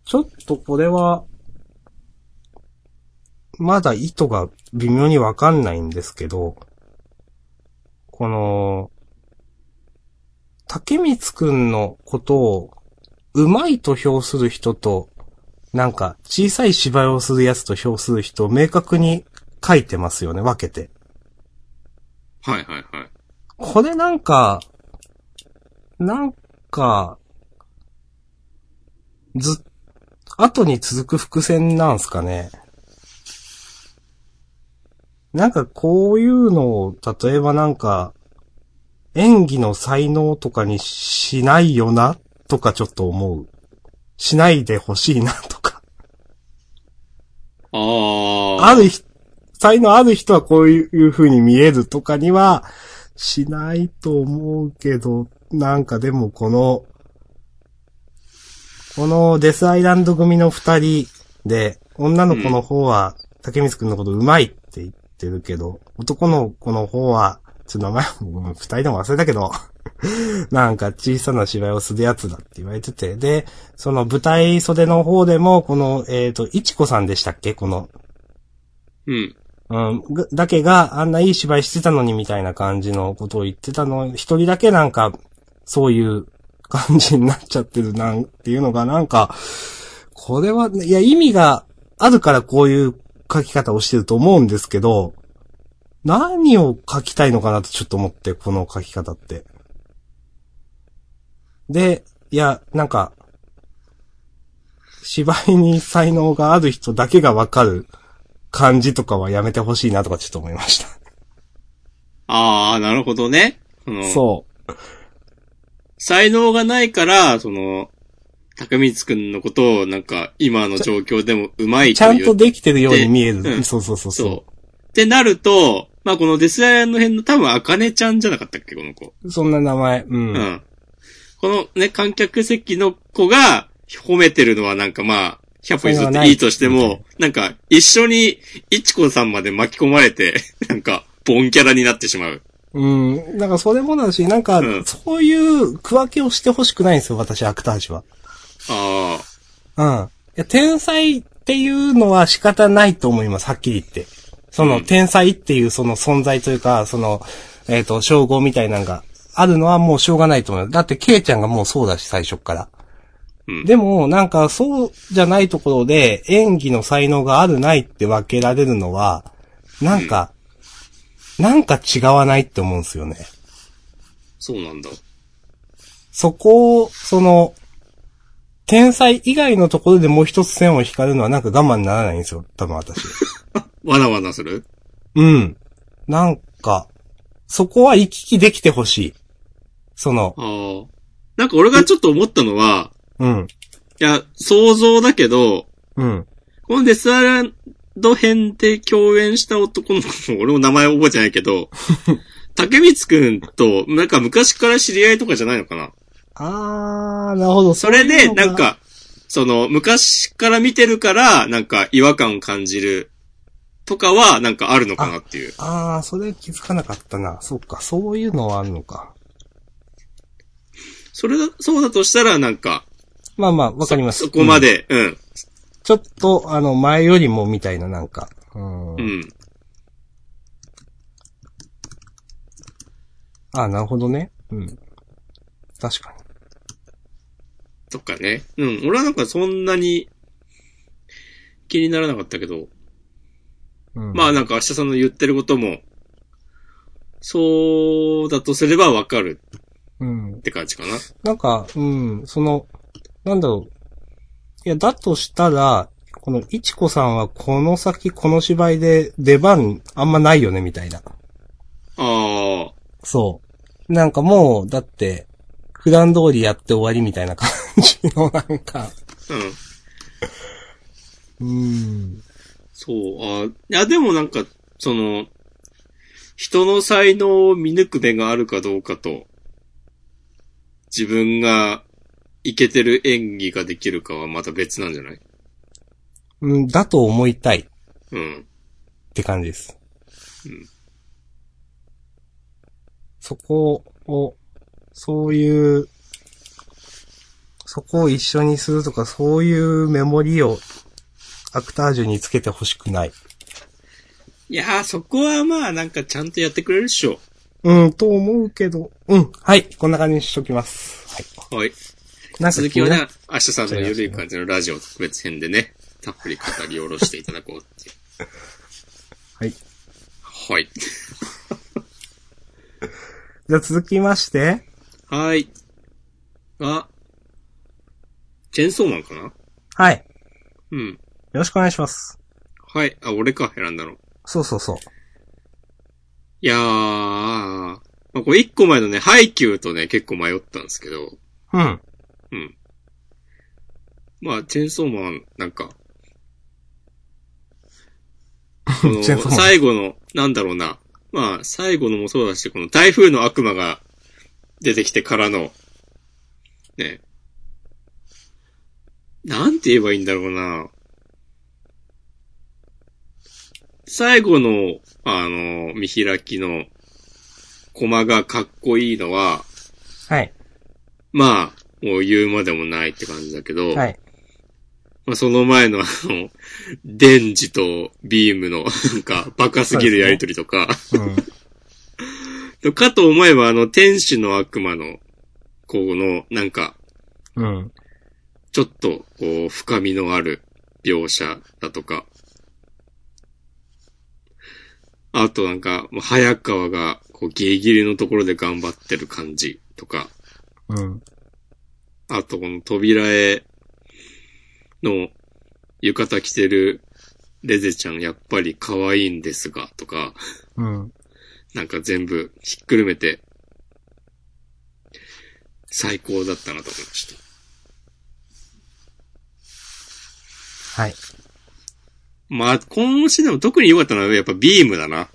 S2: ちょっとこれは、まだ意図が微妙にわかんないんですけど、この、竹光くんのことを、うまいと評する人と、なんか、小さい芝居をするやつと評する人を明確に書いてますよね、分けて。
S1: はいはいはい。
S2: これなんか、なんか、ずっ、後に続く伏線なんすかね。なんかこういうのを、例えばなんか、演技の才能とかにしないよな、とかちょっと思う。しないでほしいな、とか。
S1: あー。
S2: あるひ、才能ある人はこういう風に見えるとかにはしないと思うけど、なんかでもこの、このデスアイランド組の二人で、女の子の方は、竹光くんのことうまいって言ってるけど、男の子の方は、ちょっと名前ももう二人でも忘れたけど、 なんか小さな芝居をするやつだって言われてて、で、その舞台袖の方でも、この、えっ、と、いちこさんでしたっけこの
S1: うん。
S2: うん、がだけがあんないい芝居してたのにみたいな感じのことを言ってたの、一人だけなんか、そういう感じになっちゃってるなんていうのがなんか、これは、いや意味があるからこういう書き方をしてると思うんですけど、何を書きたいのかなとちょっと思って、この書き方って。で、いや、なんか、芝居に才能がある人だけがわかる感じとかはやめてほしいなとかちょっと思いました。
S1: あー、なるほどね。その
S2: そ
S1: 才能がないから、その、高光くんのことを、なんか、今の状況でもうまい
S2: ちゃんと
S1: で
S2: できてるように見える。
S1: うん
S2: そうそうそうそ
S1: そう。ってなると、まあこのデスアイランド編の多分、あかねちゃんじゃなかったっけ、この子。
S2: う。そんな名前。うん。
S1: うん。このね、観客席の子が褒めてるのはなんかまあ、100歩譲っていいとしても、なんか一緒にいちこさんまで巻き込まれて、 なんか、ボンキャラになってしまう。
S2: うん。なんかそれもだし、なんか
S1: うん、
S2: そういう区分けをしてほしくないんですよ、私、アクタージュは。
S1: ああ。
S2: うん。いや、天才っていうのは仕方ないと思います、はっきり言って。そうの、
S1: ん
S2: 天才っていうその存在というか、その、えっ、と、称号みたいなのがあるのはもうしょうがないと思います。だって、ケイちゃんがもうそうだし、最初っから。
S1: うん
S2: でも、なんか、そうじゃないところで、演技の才能があるないって分けられるのは、なんか、なんか違わないって思うんですよね。
S1: そうなんだ。
S2: そこを、その、天才以外のところでもう一つ線を引かれるのはなんか我慢ならないんですよ、多分私。
S1: わなわなする
S2: うん。なんか、そこは行き来できてほしい。その、
S1: ああ。なんか俺がちょっと思ったのは、
S2: うん、
S1: いや、想像だけど、
S2: うん。
S1: このデスアイランド編で共演した男の子も、俺も名前覚えてないけ ど、竹光くんと、なんか昔から知り合いとかじゃないのかな
S2: あー、なるほど。
S1: それ
S2: うい
S1: で、
S2: うのが
S1: なん、か、その、昔から見てるから、なんか違和感を感じるとかは、なんかあるのかなっていう。
S2: あー、それ気づかなかったな。そっか、そういうのはあるのか。
S1: それだ、そうだとしたら、なんか、
S2: まあまあ、わかります。
S1: そこまで、うん、
S2: うんちょっと、あの、前よりもみたいな、なんか。うん。
S1: うん。
S2: あー、なるほどね。うん。確かに。
S1: とかね。うん、俺はなんかそんなに気にならなかったけど、
S2: うん、
S1: まあなんか明日さんの言ってることも、そうだとすればわかる
S2: うん
S1: っ。て感じかな。
S2: なんか、うん、その、なんだろう。いや、だとしたら、この、いちこさんはこの先この芝居で出番あんまないよね、みたいな。
S1: ああ、
S2: そう。なんかもう、だって、普段通りやって終わりみたいな感じの、なんか。
S1: うん。
S2: うん。
S1: そう、あーいやでもなんか、その、人の才能を見抜く目があるかどうかと、自分がいけてる演技ができるかはまた別なんじゃない
S2: うん、だと思いたいっ
S1: うん。
S2: て感じです。
S1: うん
S2: そこを、そういう、そこを一緒にするとか、そういうメモリをアクタージュにつけてほしくない。
S1: いやー、そこはまあなんかちゃんとやってくれるっしょ。
S2: うん、と思うけど。うん、はい、こんな感じにしときます。はい。
S1: はい。
S2: なんか
S1: 続きは
S2: 気に
S1: ね
S2: な、
S1: 明日さんのゆるい感じのラジオ特別編でね、たっぷり語り下ろしていただこうっていう。
S2: はい。じ
S1: はい。
S2: ゃあ続きまして、
S1: はい。あ、チェーンソーマンかな
S2: はい。よ
S1: うん。
S2: ろしくお願いします。
S1: はい。あ、俺か、選んだの。
S2: そうそうそう。
S1: いやー、まあ、これ一個前のね、ハイキューとね、結構迷ったんですけど、
S2: うん。
S1: うん。まあ、チェーンソーマン、なんか、この
S2: チェーンソーマン
S1: 最後の、なんだろうな。まあ、最後のもそうだし、この台風の悪魔が出てきてからの、ね。なんて言えばいいんだろうな。最後の、あの、見開きの、コマがかっこいいのは、
S2: はい。
S1: まあ、もう言うまでもないって感じだけど、
S2: はい。
S1: まあその前のあの、デンジとビームの、なんか、バカすぎるやりとりとか、
S2: うん。
S1: とかと思えばあの、天使の悪魔の、この、なんか、
S2: うん。
S1: ちょっと、こう、深みのある描写だとか、あとなんか、もう早川が、こう、ギリギリのところで頑張ってる感じとか、
S2: うん。
S1: あとこの扉絵の浴衣着てるレゼちゃんやっぱり可愛いんですが、とか、
S2: うん。
S1: なんか全部ひっくるめて、最高だったなと思いました。
S2: はい。
S1: まあ、今シーズンも特に良かったのはやっぱビームだな。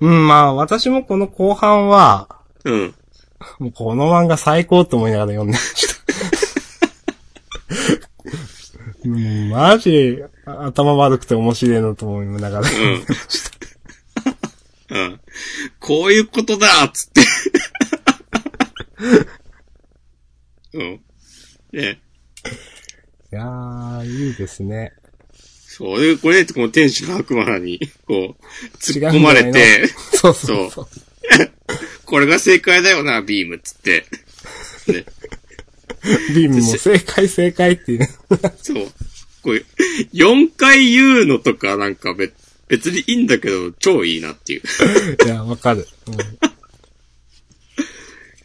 S2: うん、まあ、私もこの後半は、
S1: うん。
S2: もうこの漫画最高と思いながら読んでました。うん、マジ、あ頭悪くて面白いなと思いながら。
S1: うん。うん。こういうことだっつって。 うん。ね。
S2: いやー、いいですね。
S1: そう。でこれ、この天使の悪魔に、こう、
S2: 違
S1: 突っ込まれて、
S2: そうそうそう。
S1: これが正解だよな、ビームっつって。ね。
S2: ビームも正解正解っていう。
S1: そう。こう、4回言うのとかなんか別、別にいいんだけど、超いいなっていう。
S2: いや、わかる。うん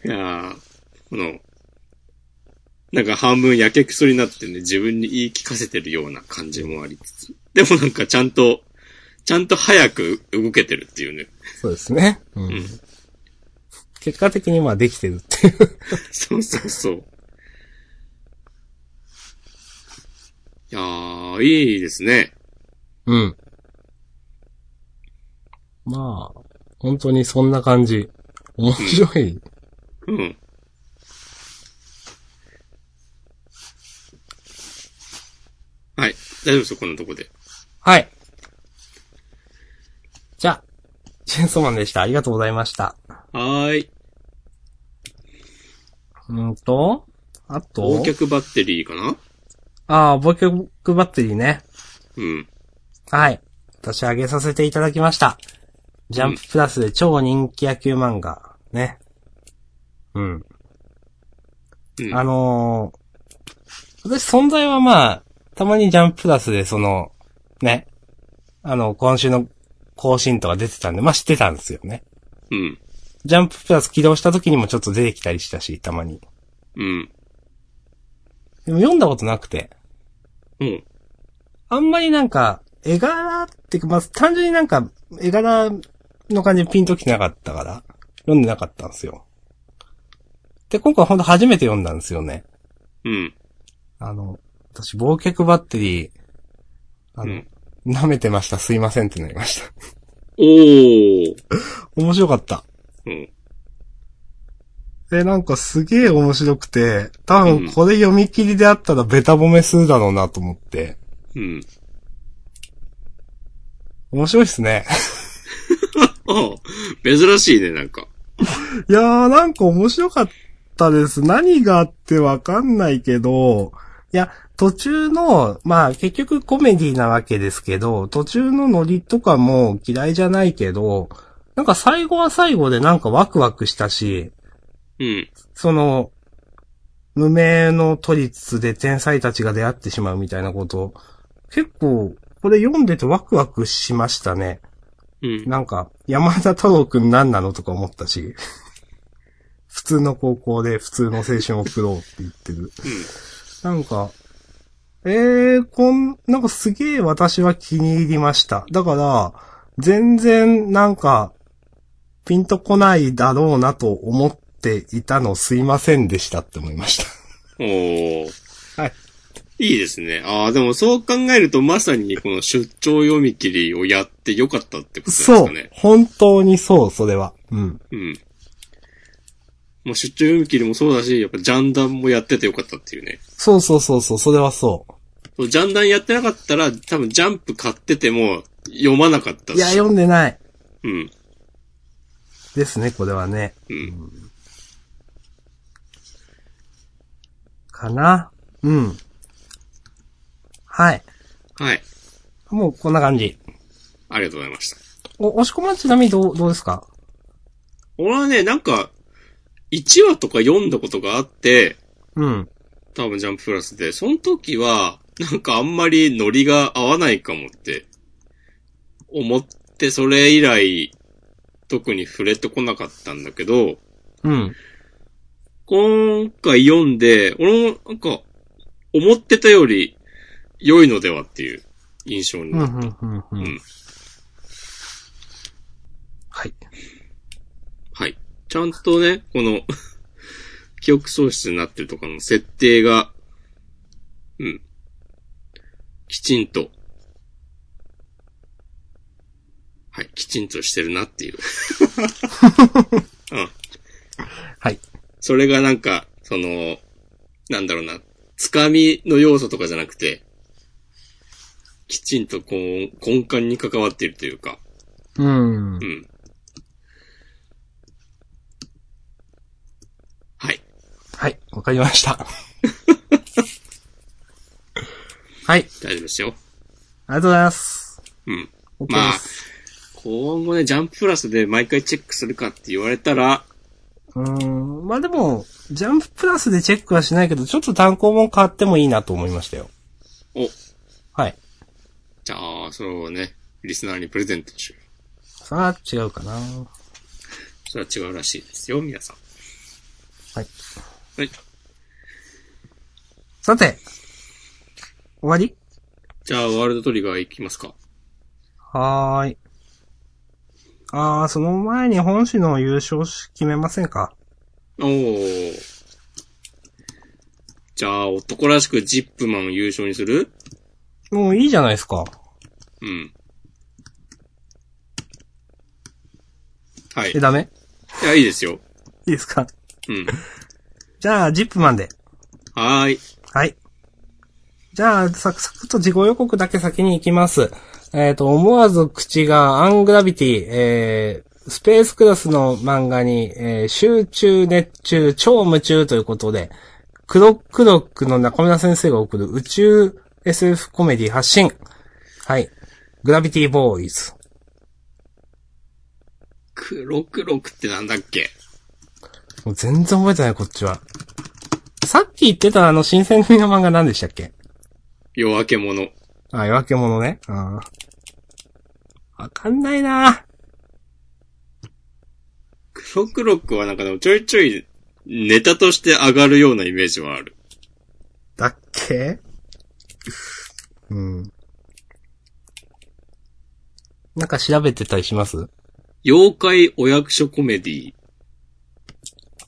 S1: いやーこの、なんか半分やけくそになってね、自分に言い聞かせてるような感じもありつつ。でもなんかちゃんと、ちゃんと早く動けてるっていうね。
S2: そうですね。うん
S1: ん
S2: 結果的にまあできてるっていう。
S1: そうそうそう。いやー、いいですね。
S2: うん。まあ、本当にそんな感じ。面白い。
S1: うん。はい。大丈夫ですよ、こんなとこで。
S2: はい。じゃあ、チェーンソーマンでした。ありがとうございました。
S1: はーい。
S2: うーんと、あと
S1: 忘、却バッテリーかな
S2: ああ、忘却バッテリーね。
S1: うん。
S2: はい。私あげさせていただきました。ジャンププラスで超人気野球漫画。ね。うん。
S1: うん
S2: あのー私存在はまあ、たまにジャンププラスでその、ね。あの、今週の更新とか出てたんで、まあ知ってたんですよね。
S1: うん。
S2: ジャンププラス起動した時にもちょっと出てきたりしたし、たまに。
S1: うん。
S2: でも読んだことなくて。
S1: うん。
S2: あんまりなんか、絵柄っていうか、まず単純になんか、絵柄の感じでピンときてなかったから、読んでなかったんですよ。で、今回ほんと初めて読んだんですよね。
S1: うん。
S2: あの、私、忘却バッテリー、あ
S1: う
S2: の、
S1: ん
S2: 舐めてました、すいませんってなりました。
S1: おー。
S2: 面白かった。
S1: うん。
S2: で、なんかすげえ面白くて、多分これ読み切りであったらベタ褒めするだろうなと思って、
S1: うん。
S2: 面白いっすね。
S1: ああ、珍しいね、なんか。
S2: いやーなんか面白かったです。何があってわかんないけど、いや、途中の、まあ結局コメディなわけですけど、途中のノリとかも嫌いじゃないけど、なんか最後は最後でなんかワクワクしたし、
S1: うん。
S2: その、無名の都立で天才たちが出会ってしまうみたいなこと、結構、これ読んでてワクワクしましたね。
S1: うん。
S2: なんか、山田太郎くん何なのとか思ったし、 普通の高校で普通の青春を送ろうって言ってる。なんか、えー、こん、なんかすげえ私は気に入りました。だから、全然なんか、ピンとこないだろうなと思っていたのすいませんでしたって思いました。
S1: おー。
S2: はい。
S1: いいですね。ああ、でもそう考えるとまさにこの出張読み切りをやってよかったってことです
S2: そう
S1: かね。。
S2: 本当にそう、それは。うん。
S1: う。うん。まあ、出張読み切りもそうだし、やっぱジャンダンもやっててよかったっていうね。
S2: そうそうそうそう、それはそう。
S1: そうジャンダンやってなかったら、多分ジャンプ買ってても読まなかったし。
S2: いや、読んでない。
S1: うん。
S2: ですね、これはね。
S1: うん。
S2: かな。うん。はい。
S1: はい。
S2: もうこんな感じ。
S1: ありがとうございました。
S2: お、押し込まんちなみにどう、どうですか
S1: 俺はね、なんか、1話とか読んだことがあって、
S2: うん。
S1: 多分ジャンププラスで、その時は、なんかあんまりノリが合わないかもって、思って、それ以来、特に触れてこなかったんだけど、
S2: うん。
S1: 今回読んで、俺もなんか、思ってたより良いのではっていう印象に
S2: うん、う
S1: なった。
S2: ん、うん、う
S1: うん
S2: ん。はい。
S1: はい。ちゃんとね、この、 記憶喪失になってるとかの設定が、うん。きちんと、はい、きちんとしてるなっていう。うん。
S2: はい。
S1: それがなんか、その、なんだろうな、つかみの要素とかじゃなくて、きちんとこう、根幹に関わっているというか、
S2: うん
S1: う。ん。はい。
S2: はい、わかりま した。はい、あり
S1: 大丈夫ですよ。
S2: がとうございます。
S1: うん。
S2: OK
S1: まあ
S2: です。
S1: 今後ね、ジャンププラスで毎回チェックするかって言われたら、
S2: うーん、まあでも、ジャンププラスでチェックはしないけど、ちょっと単行本変わってもいいなと思いましたよ。
S1: お、
S2: はい。
S1: じゃあ、それをね、リスナーにプレゼントしよう。
S2: それは違うかな。
S1: それは違うらしいですよ、皆さん。
S2: はい。
S1: はい。
S2: さて、終わり
S1: じゃあ、ワールドトリガー行きますか。
S2: はーい。あー、その前に本誌の優勝し決めませんか
S1: おー。じゃあ、男らしくジップマンを優勝にする
S2: もういいじゃないですか。
S1: うん。はい。
S2: え、
S1: い
S2: ダメ
S1: や、いいですよ。
S2: いいですか
S1: うん。
S2: じゃあ、ジップマンで。
S1: はーい。
S2: はい。じゃあ、サクサクと事後予告だけ先に行きます。えっ、と、思わず口がアングラビティ、えー、スペースクラスの漫画に、えー集中、熱中、超夢中ということで、クロックロックの中村先生が送る宇宙 SF コメディ発信。はい。グラビティボーイズ。
S1: クロクロクってなんだっけ
S2: もう全然覚えてない、こっちは。さっき言ってたあの、新選組の漫画何でしたっけ
S1: 夜明け者。
S2: あ、夜明け者ね。ああ。わかんないな
S1: クロクロクはなんかでもちょいちょいネタとして上がるようなイメージはある。
S2: だっけうん。なんか調べてたりします
S1: 妖怪お役所コメディっ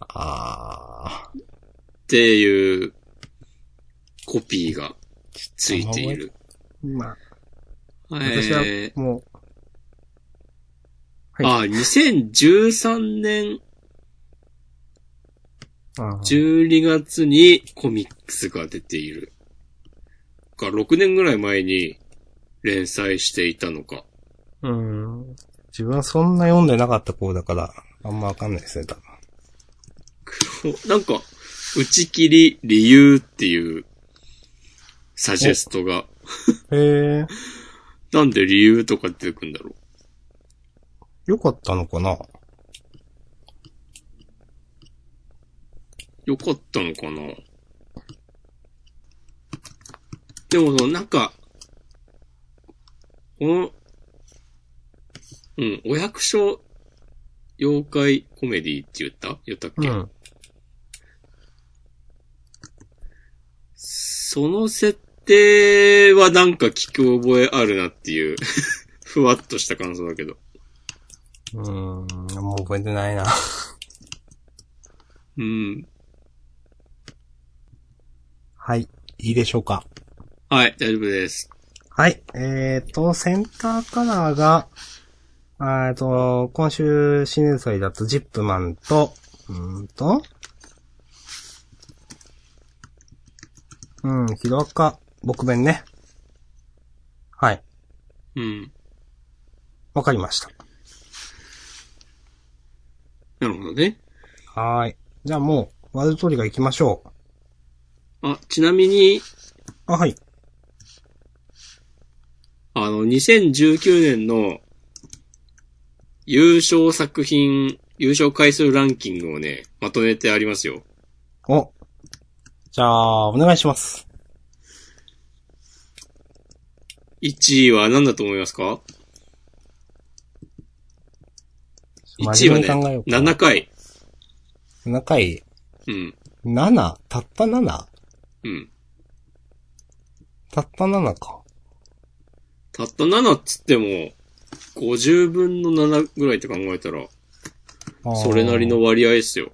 S2: ああ。
S1: ていうコピーがついている。
S2: まあ、私は
S1: えー、
S2: もう、
S1: あ、2013年
S2: あー
S1: 12月にコミックスが出ている。が、6年ぐらい前に連載していたのか。
S2: うん。自分はそんな読んでなかった子だから、あんまわかんないですね、多分。
S1: おなんか、打ち切り理由っていうサジェストが。
S2: へえ、
S1: なんで理由とか出てくんだろう。
S2: よかったのかな
S1: よかったのかなでもその、なんか、この、うん、お役所、妖怪コメディって言った言ったっけ、
S2: ん。
S1: その設定はなんか聞く覚えあるなっていう、ふわっとした感想だけど。
S2: うん、もう覚えてないな。
S1: うん。
S2: はい。いいでしょうか。
S1: はい、大丈夫です。
S2: はい。えっ、と、センターカラーが、あーえっと、今週新年祭だとジップマンと、うーんと、うん、ヒロアカ、僕弁ね。はい。
S1: うん。
S2: わかりました。
S1: なるほどね。
S2: はーい。じゃあもう、ワールドトリガー行きましょう。
S1: あ、ちなみに、
S2: あ、はい。
S1: あの、2019年の優勝作品、優勝回数ランキングをね、まとめてありますよ。
S2: お。じゃあ、お願いします。
S1: 1位は何だと思いますか ?1 位
S2: 真
S1: は
S2: 面
S1: ね
S2: 目に考えよ、うか。
S1: 7回。
S2: 7回、
S1: うん、
S2: 7? たった 7?
S1: うん。
S2: たった7か。
S1: たった7っつっても、50分の7ぐらいって考えたら、
S2: あー
S1: それなりの割合ですよ。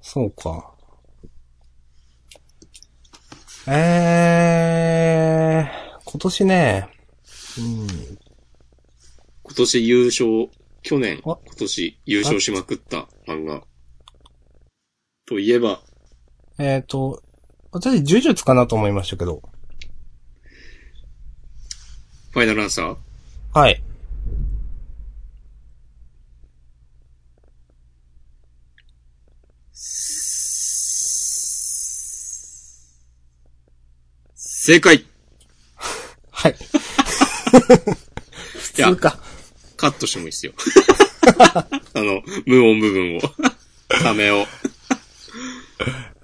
S2: そうか。えー。今年ね、うん、
S1: 今年優勝、去年、
S2: あ
S1: 今年優勝しまくった漫画。といえば、
S2: えっ、と、私、呪術かなと思いましたけど。
S1: ファイナルアンサー
S2: はい。
S1: 正解い
S2: はい。
S1: や
S2: 普通、か。
S1: カットしてもいい ですよ。あの、無音部分を。ためを。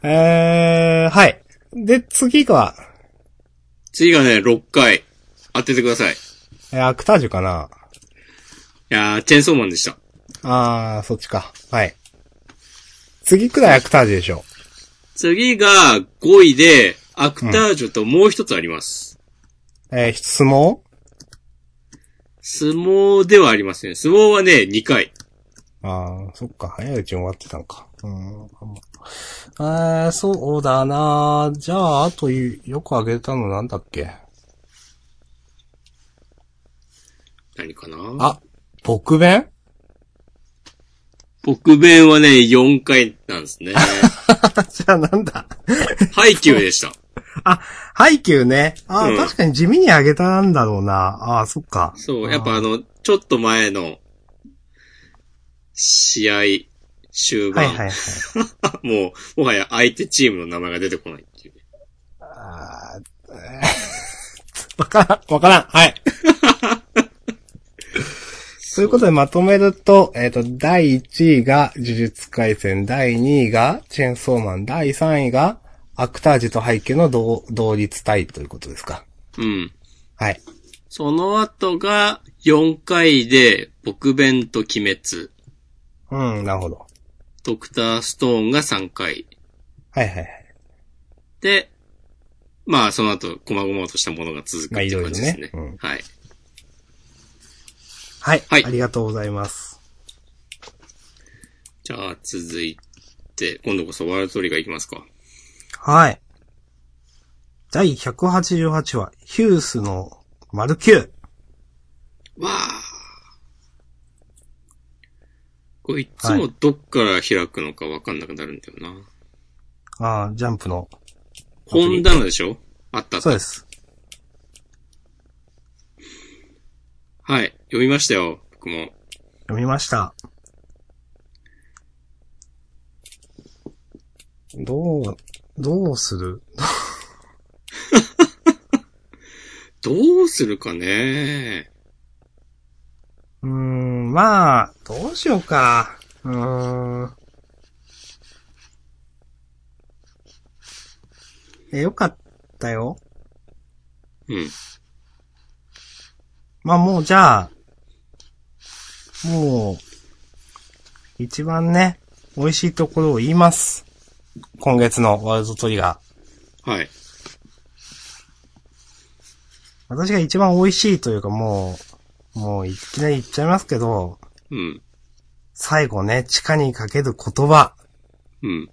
S2: えー、はい。で、次が、
S1: 次がね、6回。当ててください。い
S2: えーアクタージュかな
S1: やー、チェーンソーマンでした。
S2: あー、そっちか。はい。次くらいアクタージュでしょ。
S1: 次が5位で、アクタージュともう一つあります。
S2: えー、相撲
S1: 相撲ではありません。相撲はね、2回。
S2: ああ、そっか、早いうちに終わってたのか。うん。あーそうだなじゃあ、あという、よくあげたのなんだっけ。
S1: 何かな
S2: あ、僕弁
S1: 北弁はね、4回なんです ね。
S2: じゃあなんだ
S1: ハイキューでした。
S2: あ、ハイキューね。あー、
S1: うん
S2: 確かに地味にあげたんだろうな。あーそっか。
S1: そう、
S2: あー
S1: やっぱあの、ちょっと前の、試合、終
S2: はい
S1: 盤、
S2: はいはい。
S1: もう、もはや相手チームの名前が出てこないっていうね。
S2: あーえーわからん、わからん。 はい。ということでまとめると、えっ、と、第1位が呪術廻戦、第2位がチェーンソーマン、第3位がアクタージュと背景の同同率対位ということですか。
S1: うん。
S2: はい。
S1: その後が、4回で、北弁と鬼滅、
S2: うん、なるほど。
S1: ドクターストーンが3回。
S2: はいはいはい。
S1: で、まあ、その後、細々としたものが続くっていう感じですね。
S2: まあいろいろね
S1: はい。
S2: はい。
S1: はい
S2: ありがとうございます。
S1: じゃあ、続いて、今度こそワールドトリガーいきますか。
S2: はい。第188話、ヒュースの丸9。
S1: わあ。これいつもどっから開くのかわかんなくなるんだよな。
S2: ああ、ジャンプの。
S1: 本棚でしょあったあった
S2: そうです。
S1: はい。読みましたよ。僕も。
S2: 読みました。どう、どうする
S1: どうするかね。
S2: うーん、まあ、どうしようか。うーん。え、よかったよ。
S1: うん。
S2: まあもうじゃあ、もう、一番ね、美味しいところを言います。今月のワールドトリガー。
S1: はい。
S2: 私が一番美味しいというかもう、もういきなり言っちゃいますけど、
S1: うん。
S2: 最後ね、地下にかける言葉。
S1: うん。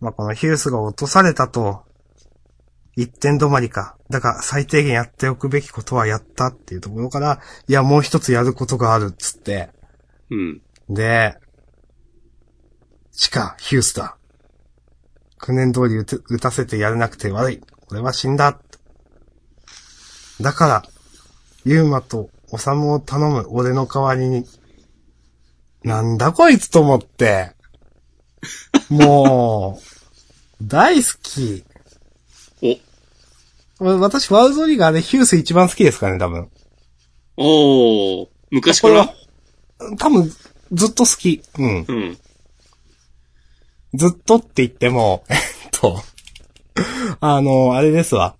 S2: まあ、このヒュースが落とされたと、一点止まりか。だが、最低限やっておくべきことはやったっていうところから、いや、もう一つやることがあるっつって。
S1: うん。
S2: で、地下、ヒュースだ。9年通り打て打たせてやれなくて悪い。俺は死んだ。だから、ユーマとオサムを頼む俺の代わりに。なんだこいつと思って。もう、大好き。
S1: お。
S2: わ私、ワウゾリガーでヒュース一番好きですからね、多分。
S1: おー。昔か
S2: これ
S1: ら
S2: は多分、ずっと好き。うん。
S1: うん。
S2: ずっとって言っても、 えっと、あの、あれですわ。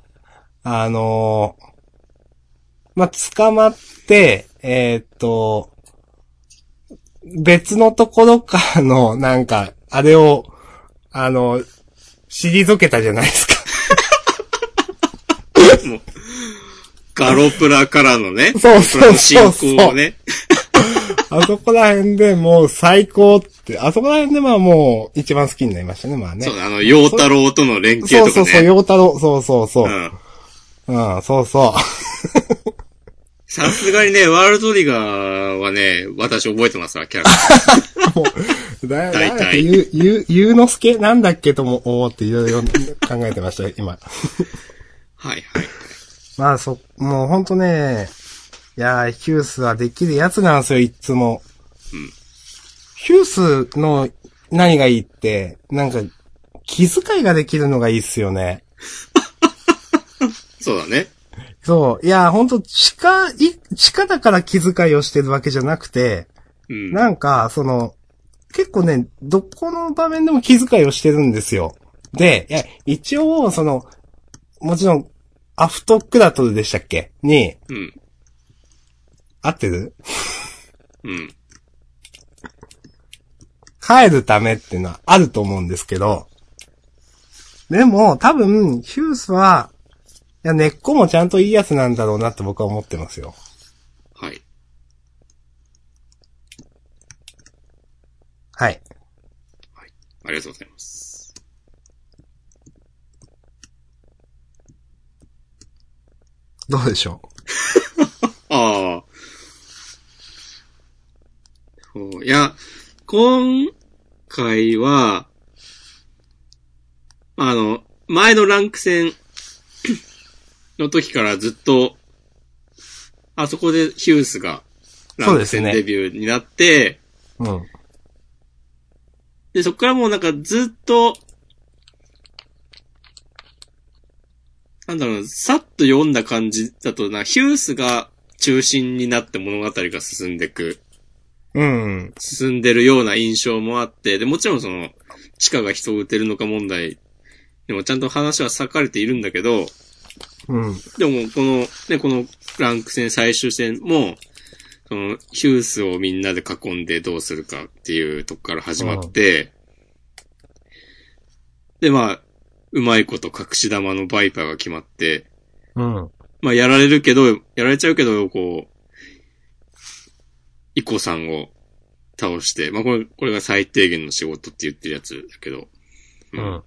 S2: あの、まあ、捕まって、えーっと、別のところからの、なんか、あれを、あの、退けたじゃないですか。
S1: ガロプラからのね。
S2: そうそう
S1: 進
S2: そうそう
S1: 行をね。
S2: あそこら辺でもう最高って、あそこら辺でまあもう一番好きになりましたね、まあね。
S1: そう、あの、陽太郎との連
S2: そ
S1: 携
S2: う
S1: とか
S2: そう
S1: ね。
S2: そう、陽太郎、そうそうそう。
S1: うん。
S2: うん、そうそ
S1: さすがにね、ワールドトリガーはね、私覚えてますわ、 キャラクター。
S2: う。だ
S1: 大
S2: だ
S1: 体
S2: だってゆ、ゆ、ゆうのすけなんだっけとも思っていろいろ考えてましたよ、今。
S1: はいはい。
S2: まあそ、もうほんとね、いやー、ヒュースはできるやつなんですよ、いっつも。
S1: ん
S2: ヒュースの何がいいって、なんか、気遣いができるのがいいっすよね。
S1: そうだね。
S2: そう。いやー、ほんと、地下、い、地下だから気遣いをしてるわけじゃなくて、
S1: うん。
S2: なんか、その、結構ね、どこの場面でも気遣いをしてるんですよ。で、いや、一応、その、もちろん、アフトクラトルでしたっけに、
S1: うん。
S2: 合ってる
S1: うん。
S2: 帰るためっていうのはあると思うんですけど、でも、多分、ヒュースは、いや、根っこもちゃんといいやつなんだろうなって僕は思ってますよ。
S1: はい。
S2: はい。
S1: ありがとうございます。
S2: どうでしょ
S1: ああ。そういや、今回は、あの、前のランク戦 の時からずっと、あそこでヒュースがランク戦
S2: そうですね
S1: デビューになって、
S2: ううん。
S1: で、そっからもうなんかずっと、なんだろうな、さっと読んだ感じだとな、ヒュースが中心になって物語が進んでく、
S2: うん。
S1: 進んでるような印象もあって、で、もちろんその、地下が人を撃てるのか問題、でもちゃんと話は裂かれているんだけど、
S2: うん。
S1: でもこの、ね、このランク戦最終戦も、その、ヒュースをみんなで囲んでどうするかっていうとこから始まって、で、まあ、うまいこと隠し玉のバイパーが決まって、
S2: うん。
S1: まあ、やられるけど、やられちゃうけど、こう、イコさんを倒して、まあ、これ、これが最低限の仕事って言ってるやつだけど、
S2: う。ん。
S1: も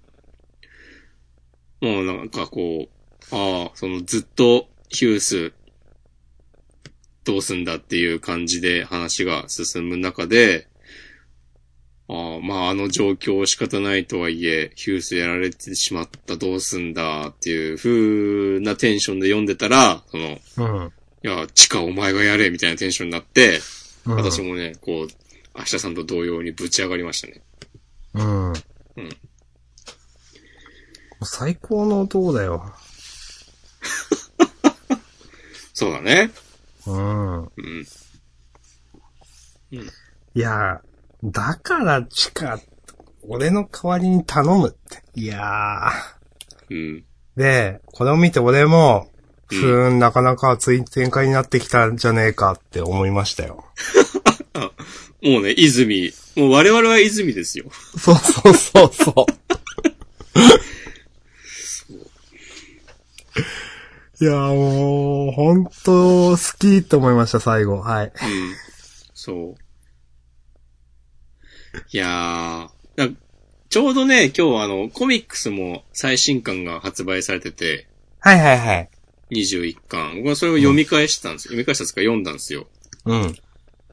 S1: うなんかこう、ああ、そのずっとヒュース、どうすんだっていう感じで話が進む中で、ああ、まああの状況仕方ないとはいえ、ヒュースやられてしまった、どうすんだっていう風なテンションで読んでたら、その、い
S2: うん。
S1: や、チカお前がやれみたいなテンションになって、
S2: うん
S1: 私もね、こう、明日さんと同様にぶち上がりましたね。
S2: うん。最高の男だよ。
S1: そうだね。
S2: うん。
S1: うん。
S2: いやー、だから地下、俺の代わりに頼むって。いやー。
S1: うん。
S2: で、これを見て俺も、ふーん、なかなか熱い展開になってきたんじゃねえかって思いましたよ。
S1: もうね、泉。もう我々は泉ですよ。
S2: そうそうそうそう。いやーもう、ほんと、好きって思いました、最後。はい。
S1: うん。そう。いやー。だちょうどね、今日あの、コミックスも最新刊が発売されてて、
S2: はいはいはい。
S1: 21巻。僕はそれを読み返したんです、読み返したんですか読んだんですよ。
S2: うん。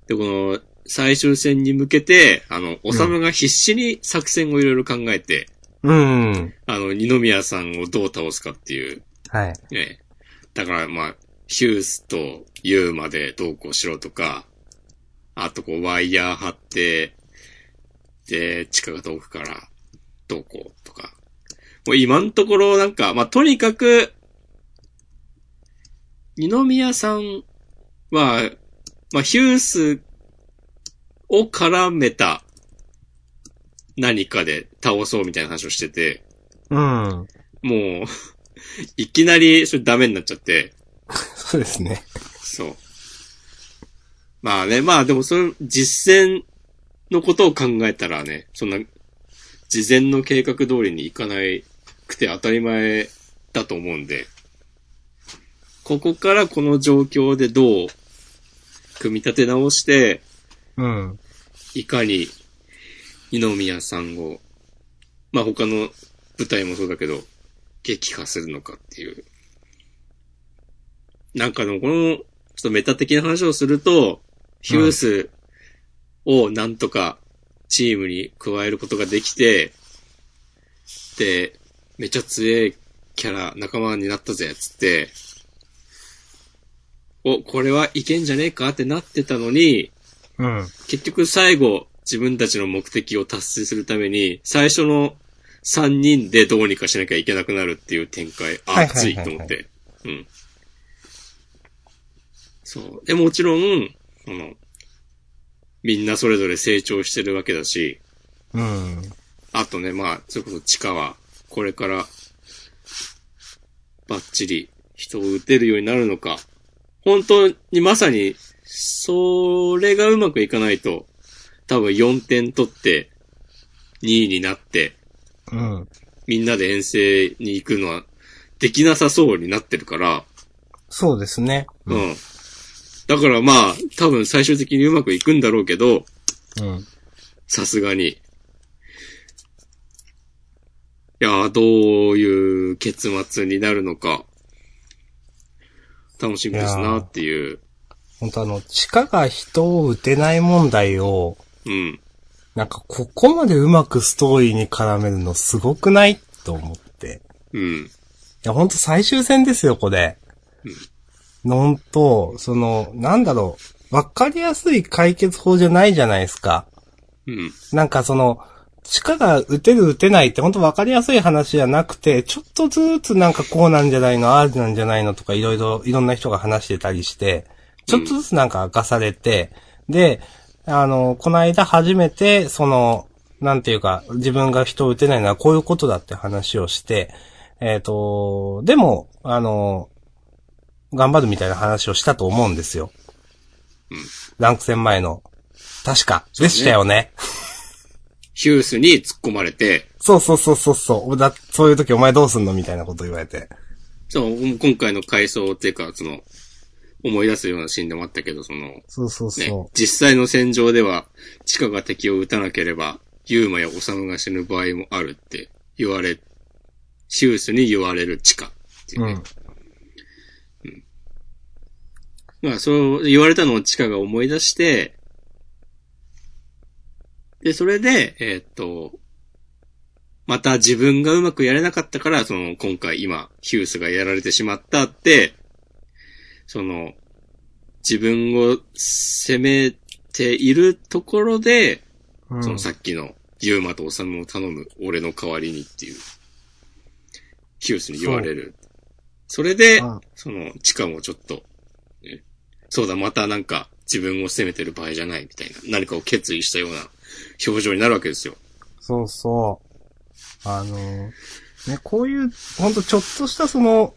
S1: で、この、最終戦に向けて、あの、おさむが必死に作戦をいろいろ考えて、
S2: うん。
S1: あの、二宮さんをどう倒すかっていう、
S2: はい。
S1: ね。だから、まあ、ヒュースとユーまでどうこうしろとか、あとこうワイヤー張って、で、地下が遠くからどうこうとか。もう今のところなんか、まあ、とにかく、二宮さんは、まあ、ヒュースを絡めた何かで倒そうみたいな話をしてて、
S2: うん。
S1: もう、 いきなり、それダメになっちゃって、
S2: そうですね。
S1: そう。まあね、まあでもその実践のことを考えたらね、そんな、事前の計画通りにいかないくて当たり前だと思うんで、ここからこの状況でどう、組み立て直して、
S2: うん。
S1: いかに、二宮さんを、まあ他の舞台もそうだけど、撃破するのかっていう。なんかでもこの、ちょっとメタ的な話をすると、ヒュースをなんとかチームに加えることができて、で、めちゃ強いキャラ、仲間になったぜ、つって、お、これはいけんじゃねえかってなってたのに、
S2: うん。
S1: 結局最後、自分たちの目的を達成するために、最初の3人でどうにかしなきゃいけなくなるっていう展開、あ、
S2: はいはいはいはい
S1: 熱いと思って。うん。そう。で、もちろん、あの、みんなそれぞれ成長してるわけだし、
S2: うん。
S1: あとね、まあ、それこそ地下は、これから、バッチリ人を撃てるようになるのか。本当にまさに、それがうまくいかないと、多分4点取って、2位になって、
S2: うん。
S1: みんなで遠征に行くのは、できなさそうになってるから、
S2: そうですね。
S1: うん。だからまあ、多分最終的にうまくいくんだろうけど、
S2: うん。
S1: さすがに。いやー、どういう結末になるのか、楽しみです
S2: いや
S1: な
S2: ー
S1: っていう。
S2: 本当あの、地下が人を撃てない問題を、
S1: うん。
S2: なんかここまでうまくストーリーに絡めるのすごくないと思って。
S1: うん。
S2: いや、ほんと最終戦ですよ、これ。のんと、その、なんだろう、わかりやすい解決法じゃないじゃないですか。
S1: うん。
S2: なんかその、地下が打てる打てないってほんとわかりやすい話じゃなくて、ちょっとずつなんかこうなんじゃないの、ああなんじゃないのとかいろいろ、いろんな人が話してたりして、ちょっとずつなんか明かされて、で、あの、この間初めて、その、なんていうか、自分が人を打てないのはこういうことだって話をして、えっ、と、でも、あの、頑張るみたいな話をしたと思うんですよ。
S1: うん
S2: ランク戦前の。確か。でしたよね。
S1: ヒュースに突っ込まれて、
S2: そうそうそうそうそう。だ、そういう時お前どうすんのみたいなこと言われて。
S1: そう、今回の回想っていうか、その、思い出すようなシーンでもあったけど、その、
S2: そうそう
S1: ね
S2: そ、。
S1: 実際の戦場では、地下が敵を撃たなければ、ユーマやオサムが死ぬ場合もあるって言われ、ヒュースに言われる地下っていうう
S2: う
S1: ね
S2: ん。
S1: まあ、そう言われたのをチカが思い出して、で、それで、えーっと、また自分がうまくやれなかったから、その、今回今、ヒュースがやられてしまったって、その、自分を責めているところで、
S2: うん
S1: そのさっきの、ユーマとオサムを頼む、俺の代わりにっていう、ヒュースに言われる。それで、
S2: あ
S1: その、地下もちょっと、ねそうだ、またなんか、自分を責めてる場合じゃないみたいな、何かを決意したような表情になるわけですよ。
S2: そうそう。あのーね、こういう、ほんとちょっとしたその、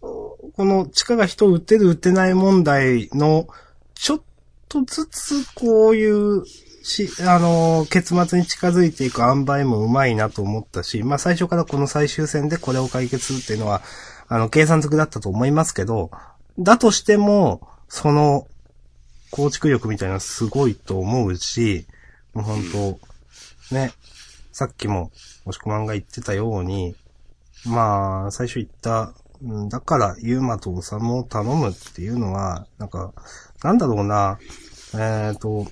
S2: この地下が人を撃てる撃てない問題の、ちょっとずつこういう、し、あのー結末に近づいていく塩梅もうまいなと思ったし、まあ最初からこの最終戦でこれを解決するっていうのは、あの、計算づくだったと思いますけど、だとしても、その、構築力みたいなのすごいと思うし、もう本当、ね、さっきも、もしこまんが言ってたように、まあ、最初言った、うんだから、ユーマとオサムを頼むっていうのは、なんか、なんだろうな、えっ、と、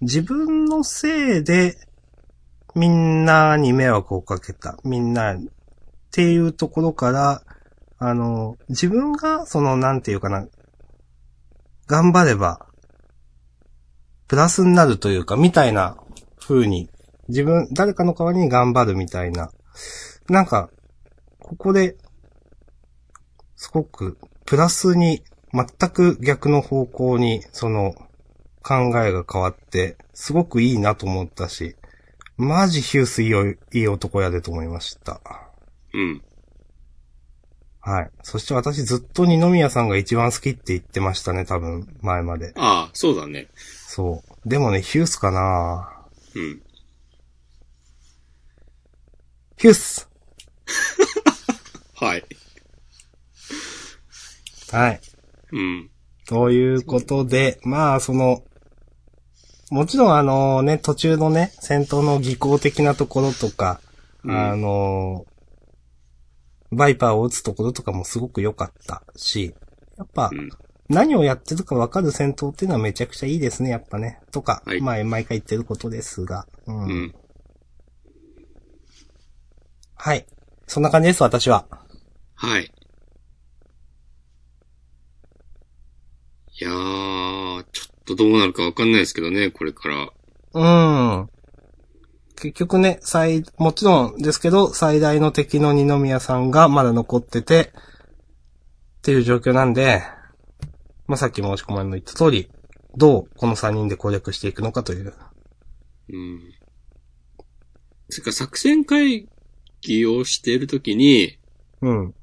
S2: 自分のせいで、みんなに迷惑をかけた。みんな、っていうところから、あの、自分が、その、なんていうかな、頑張れば、プラスになるというか、みたいな風に、自分、誰かの代わりに頑張るみたいな。なんか、ここで、すごく、プラスに、全く逆の方向に、その、考えが変わって、すごくいいなと思ったし、マジヒュースいいよいい男やでと思いました。
S1: うん。
S2: はい。そして私ずっと二宮さんが一番好きって言ってましたね、多分、前まで。
S1: ああ、そうだね。
S2: そう。でもね、ヒュースかな
S1: うん。
S2: ヒュース
S1: はい。
S2: はい。
S1: うん。
S2: ということで、まあ、その、もちろんあのね、途中のね、戦闘の技巧的なところとか、
S1: うん
S2: あの、バイパーを撃つところとかもすごく良かったし、やっぱ
S1: うん、
S2: 何をやってるかわかる戦闘っていうのはめちゃくちゃいいですね、やっぱね。とか、
S1: はい
S2: まあ、毎回言ってることですが。うん。
S1: うん。
S2: はい。そんな感じです、私は。
S1: はい。いやー、ちょっとどうなるかわかんないですけどね、これから。
S2: うん。結局ね、最、もちろんですけど、最大の敵の二宮さんがまだ残ってて、っていう状況なんで、まあ、さっき申し込まれの言った通り、どうこの三人で攻略していくのかという。
S1: うん。それから作戦会議をしているときに、
S2: うん。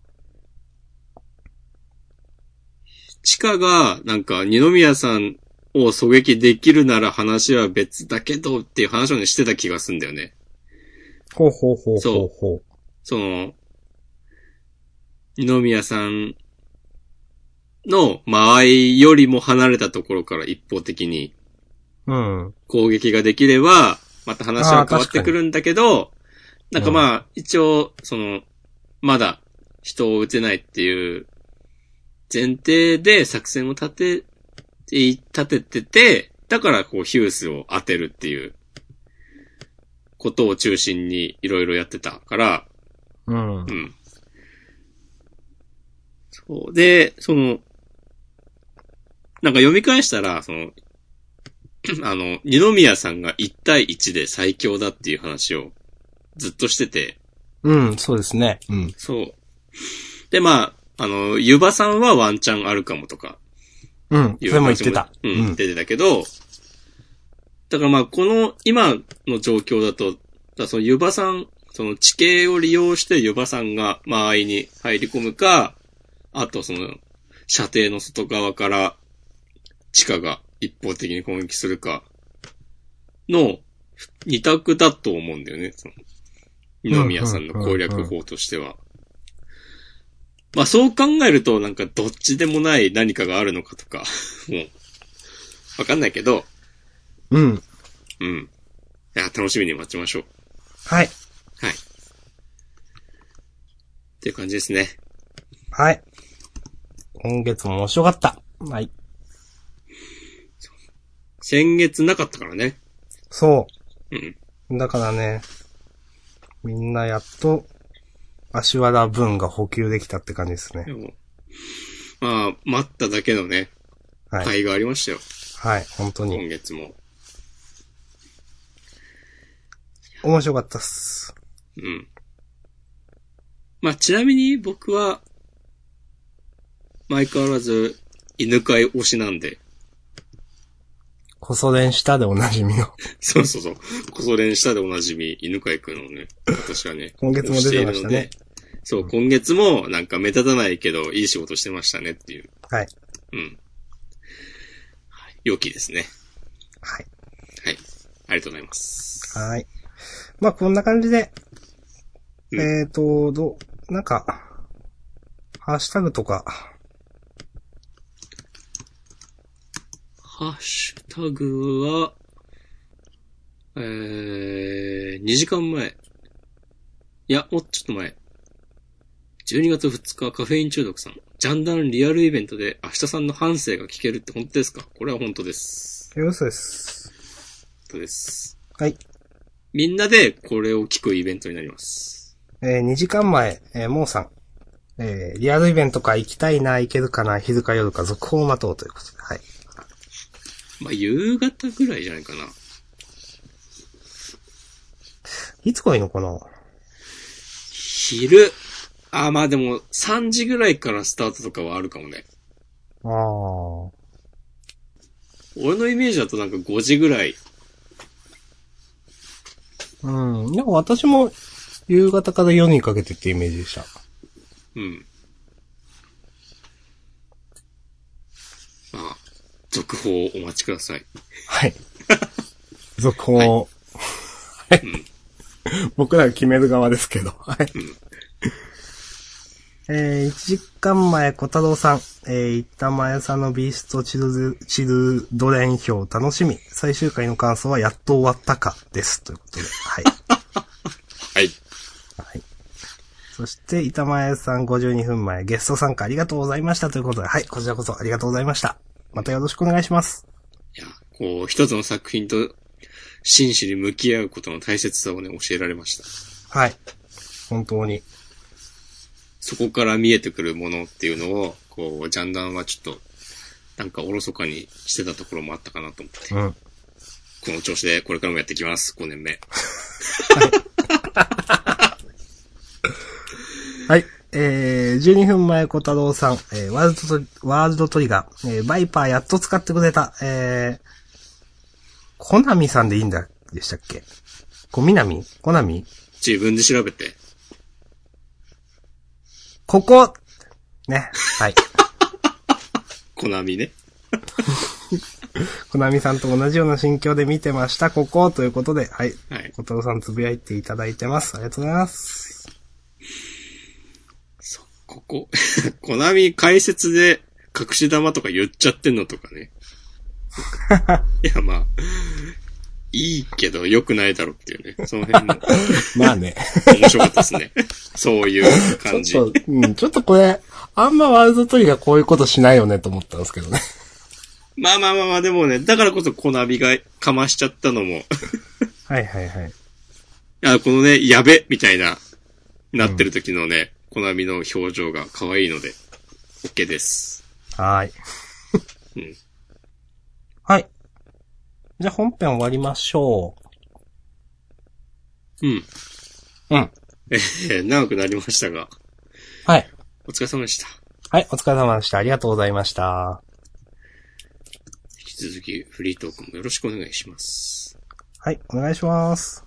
S1: 地下が、なんか、二宮さんを狙撃できるなら話は別だけどっていう話をね、してた気がするんだよね。
S2: ほうほうほうほ
S1: そう
S2: ほう。
S1: その、二宮さんの間合いよりも離れたところから一方的に
S2: うん。
S1: 攻撃ができれば、また話は変わってくるんだけど、
S2: あー確かに
S1: なんかまあ、一応、その、まだ人を撃てないっていう前提で作戦を立てて、立ててて、だからこうヒュースを当てるっていうことを中心にいろいろやってたから、
S2: う
S1: う。
S2: ん
S1: ん。そう。で、その、なんか読み返したら、その、 あの、二宮さんが1対1で最強だっていう話をずっとしてて、
S2: うん、そうですね。うん。
S1: そう。で、まあ、あの、ゆばさんはワンチャンあるかもとか、
S2: うん。それも言ってた。
S1: う、
S2: うん
S1: 言っ
S2: ん。
S1: てたけど、だからまあ、この、今の状況だと、だからそのユバさん、その地形を利用してユバさんが間合いに入り込むか、あとその、射程の外側から、地下が一方的に攻撃するか、の二択だと思うんだよね、その、二宮さんの攻略法としては。まあそう考えると、なんかどっちでもない何かがあるのかとか、 もう、わかんないけど、
S2: うん。
S1: うん。いや、楽しみに待ちましょう。
S2: はい。
S1: はい。っていう感じですね。
S2: はい。今月も面白かった。はい。
S1: 先月なかったからね。
S2: そう。
S1: うん。
S2: だからね、みんなやっと、足技分が補給できたって感じです
S1: で
S2: ね。
S1: も、まあ、待っただけのね、
S2: はい。は
S1: 甲
S2: い、
S1: 斐がありましたよ。
S2: 本当
S1: 今
S2: に。
S1: 月も。
S2: 面白かったっす。
S1: うん。まあ、ちなみに僕は、相変わらず、犬飼い推しなんで、
S2: こそ練したでおなじみの。。
S1: そうそうそう。こそ練したでおなじみ、犬飼くんをね、私はね
S2: 今月も出てました
S1: 推し
S2: ね
S1: ているので。そう、今月もなんか目立たないけど、いい仕事してましたねっていう。
S2: はい。
S1: うん。はい良きですね。
S2: はい。
S1: はい。ありがとうございます。
S2: はい。まあ、こんな感じで、
S1: うん
S2: えーと、どう、なんか、ハッシュタグとか、
S1: ハッシュタグは、えー、2時間前。いや、もうちょっと前。12月2日、カフェイン中毒さん。ジャンダンリアルイベントで明日さんの反省が聞けるって本当ですかこれは本当です。
S2: よそです。
S1: 本当です。
S2: はい。
S1: みんなでこれを聞くイベントになります。
S2: えー2時間前、えー、モーさん。えーリアルイベントか行きたいな、行けるかな、日付か夜か続報を待とうということで、はい。
S1: まあ、夕方ぐらいじゃないかな。
S2: いつ来いのこの、
S1: 昼。あー、まあでも、3時ぐらいからスタートとかはあるかもね。
S2: ああ。
S1: 俺のイメージだとなんか5時ぐらい。
S2: うん。なんか私も夕方から夜にかけてってイメージでした。
S1: うん。まあ、続報をお待ちください。
S2: はい。 続報を。はい
S1: うん。
S2: 僕らが決める側ですけど。はい。えー、1時間前、小太郎さん。えー、板前さんのビーストチルズチルドレン表楽しみ。最終回の感想はやっと終わったかです。ということで。はい。
S1: はい。
S2: はい。そして、板前さん52分前、ゲスト参加ありがとうございましたということで、はい、こちらこそありがとうございました。またよろしくお願いします。
S1: いや、こう、一つの作品と真摯に向き合うことの大切さをね、教えられました。
S2: はい。本当に。
S1: そこから見えてくるものっていうのを、こう、ジャンダンはちょっと、なんかおろそかにしてたところもあったかなと思って、
S2: うん。
S1: この調子でこれからもやっていきます、5年目。
S2: はい。えー、12分前小太郎さん、えー、ワールドトリ、ワールドトリガー、えー、バイパーやっと使ってくれた、えー、コナミさんでいいんだ、でしたっけコミナミコナミ
S1: 自分で調べて。
S2: ここね。はい。
S1: コナミね。
S2: コナミさんと同じような心境で見てました、ここということで、はい。
S1: はい
S2: 小太郎さんつぶやいていただいてます。ありがとうございます。
S1: そう、ここ。 コナミ解説で隠し玉とか言っちゃってんのとか ね。いや、まあ、いいけど良くないだろっていうね。その辺も
S2: まあね。
S1: 面白かったですね。そういう感じ。
S2: ちょっと、うん、ちょっとこれ、あんまワールドトリガーこういうことしないよねと思ったんですけどね。
S1: まあまあまあまあ、でもね、だからこそコナミがかましちゃったのも、
S2: はいはいはい。
S1: あ、このね、やべ、みたいな、なってる時のね、コナミの表情が可愛いので、OK です。
S2: はーい。
S1: うん。
S2: はい。じゃあ本編終わりましょ
S1: うん。
S2: う。うん。
S1: えー長くなりましたが、
S2: はい。
S1: お疲れ様でした。
S2: はい、お疲れ様でした。ありがとうございました。
S1: 引き続き、フリートークもよろしくお願いします。
S2: はい、お願いします。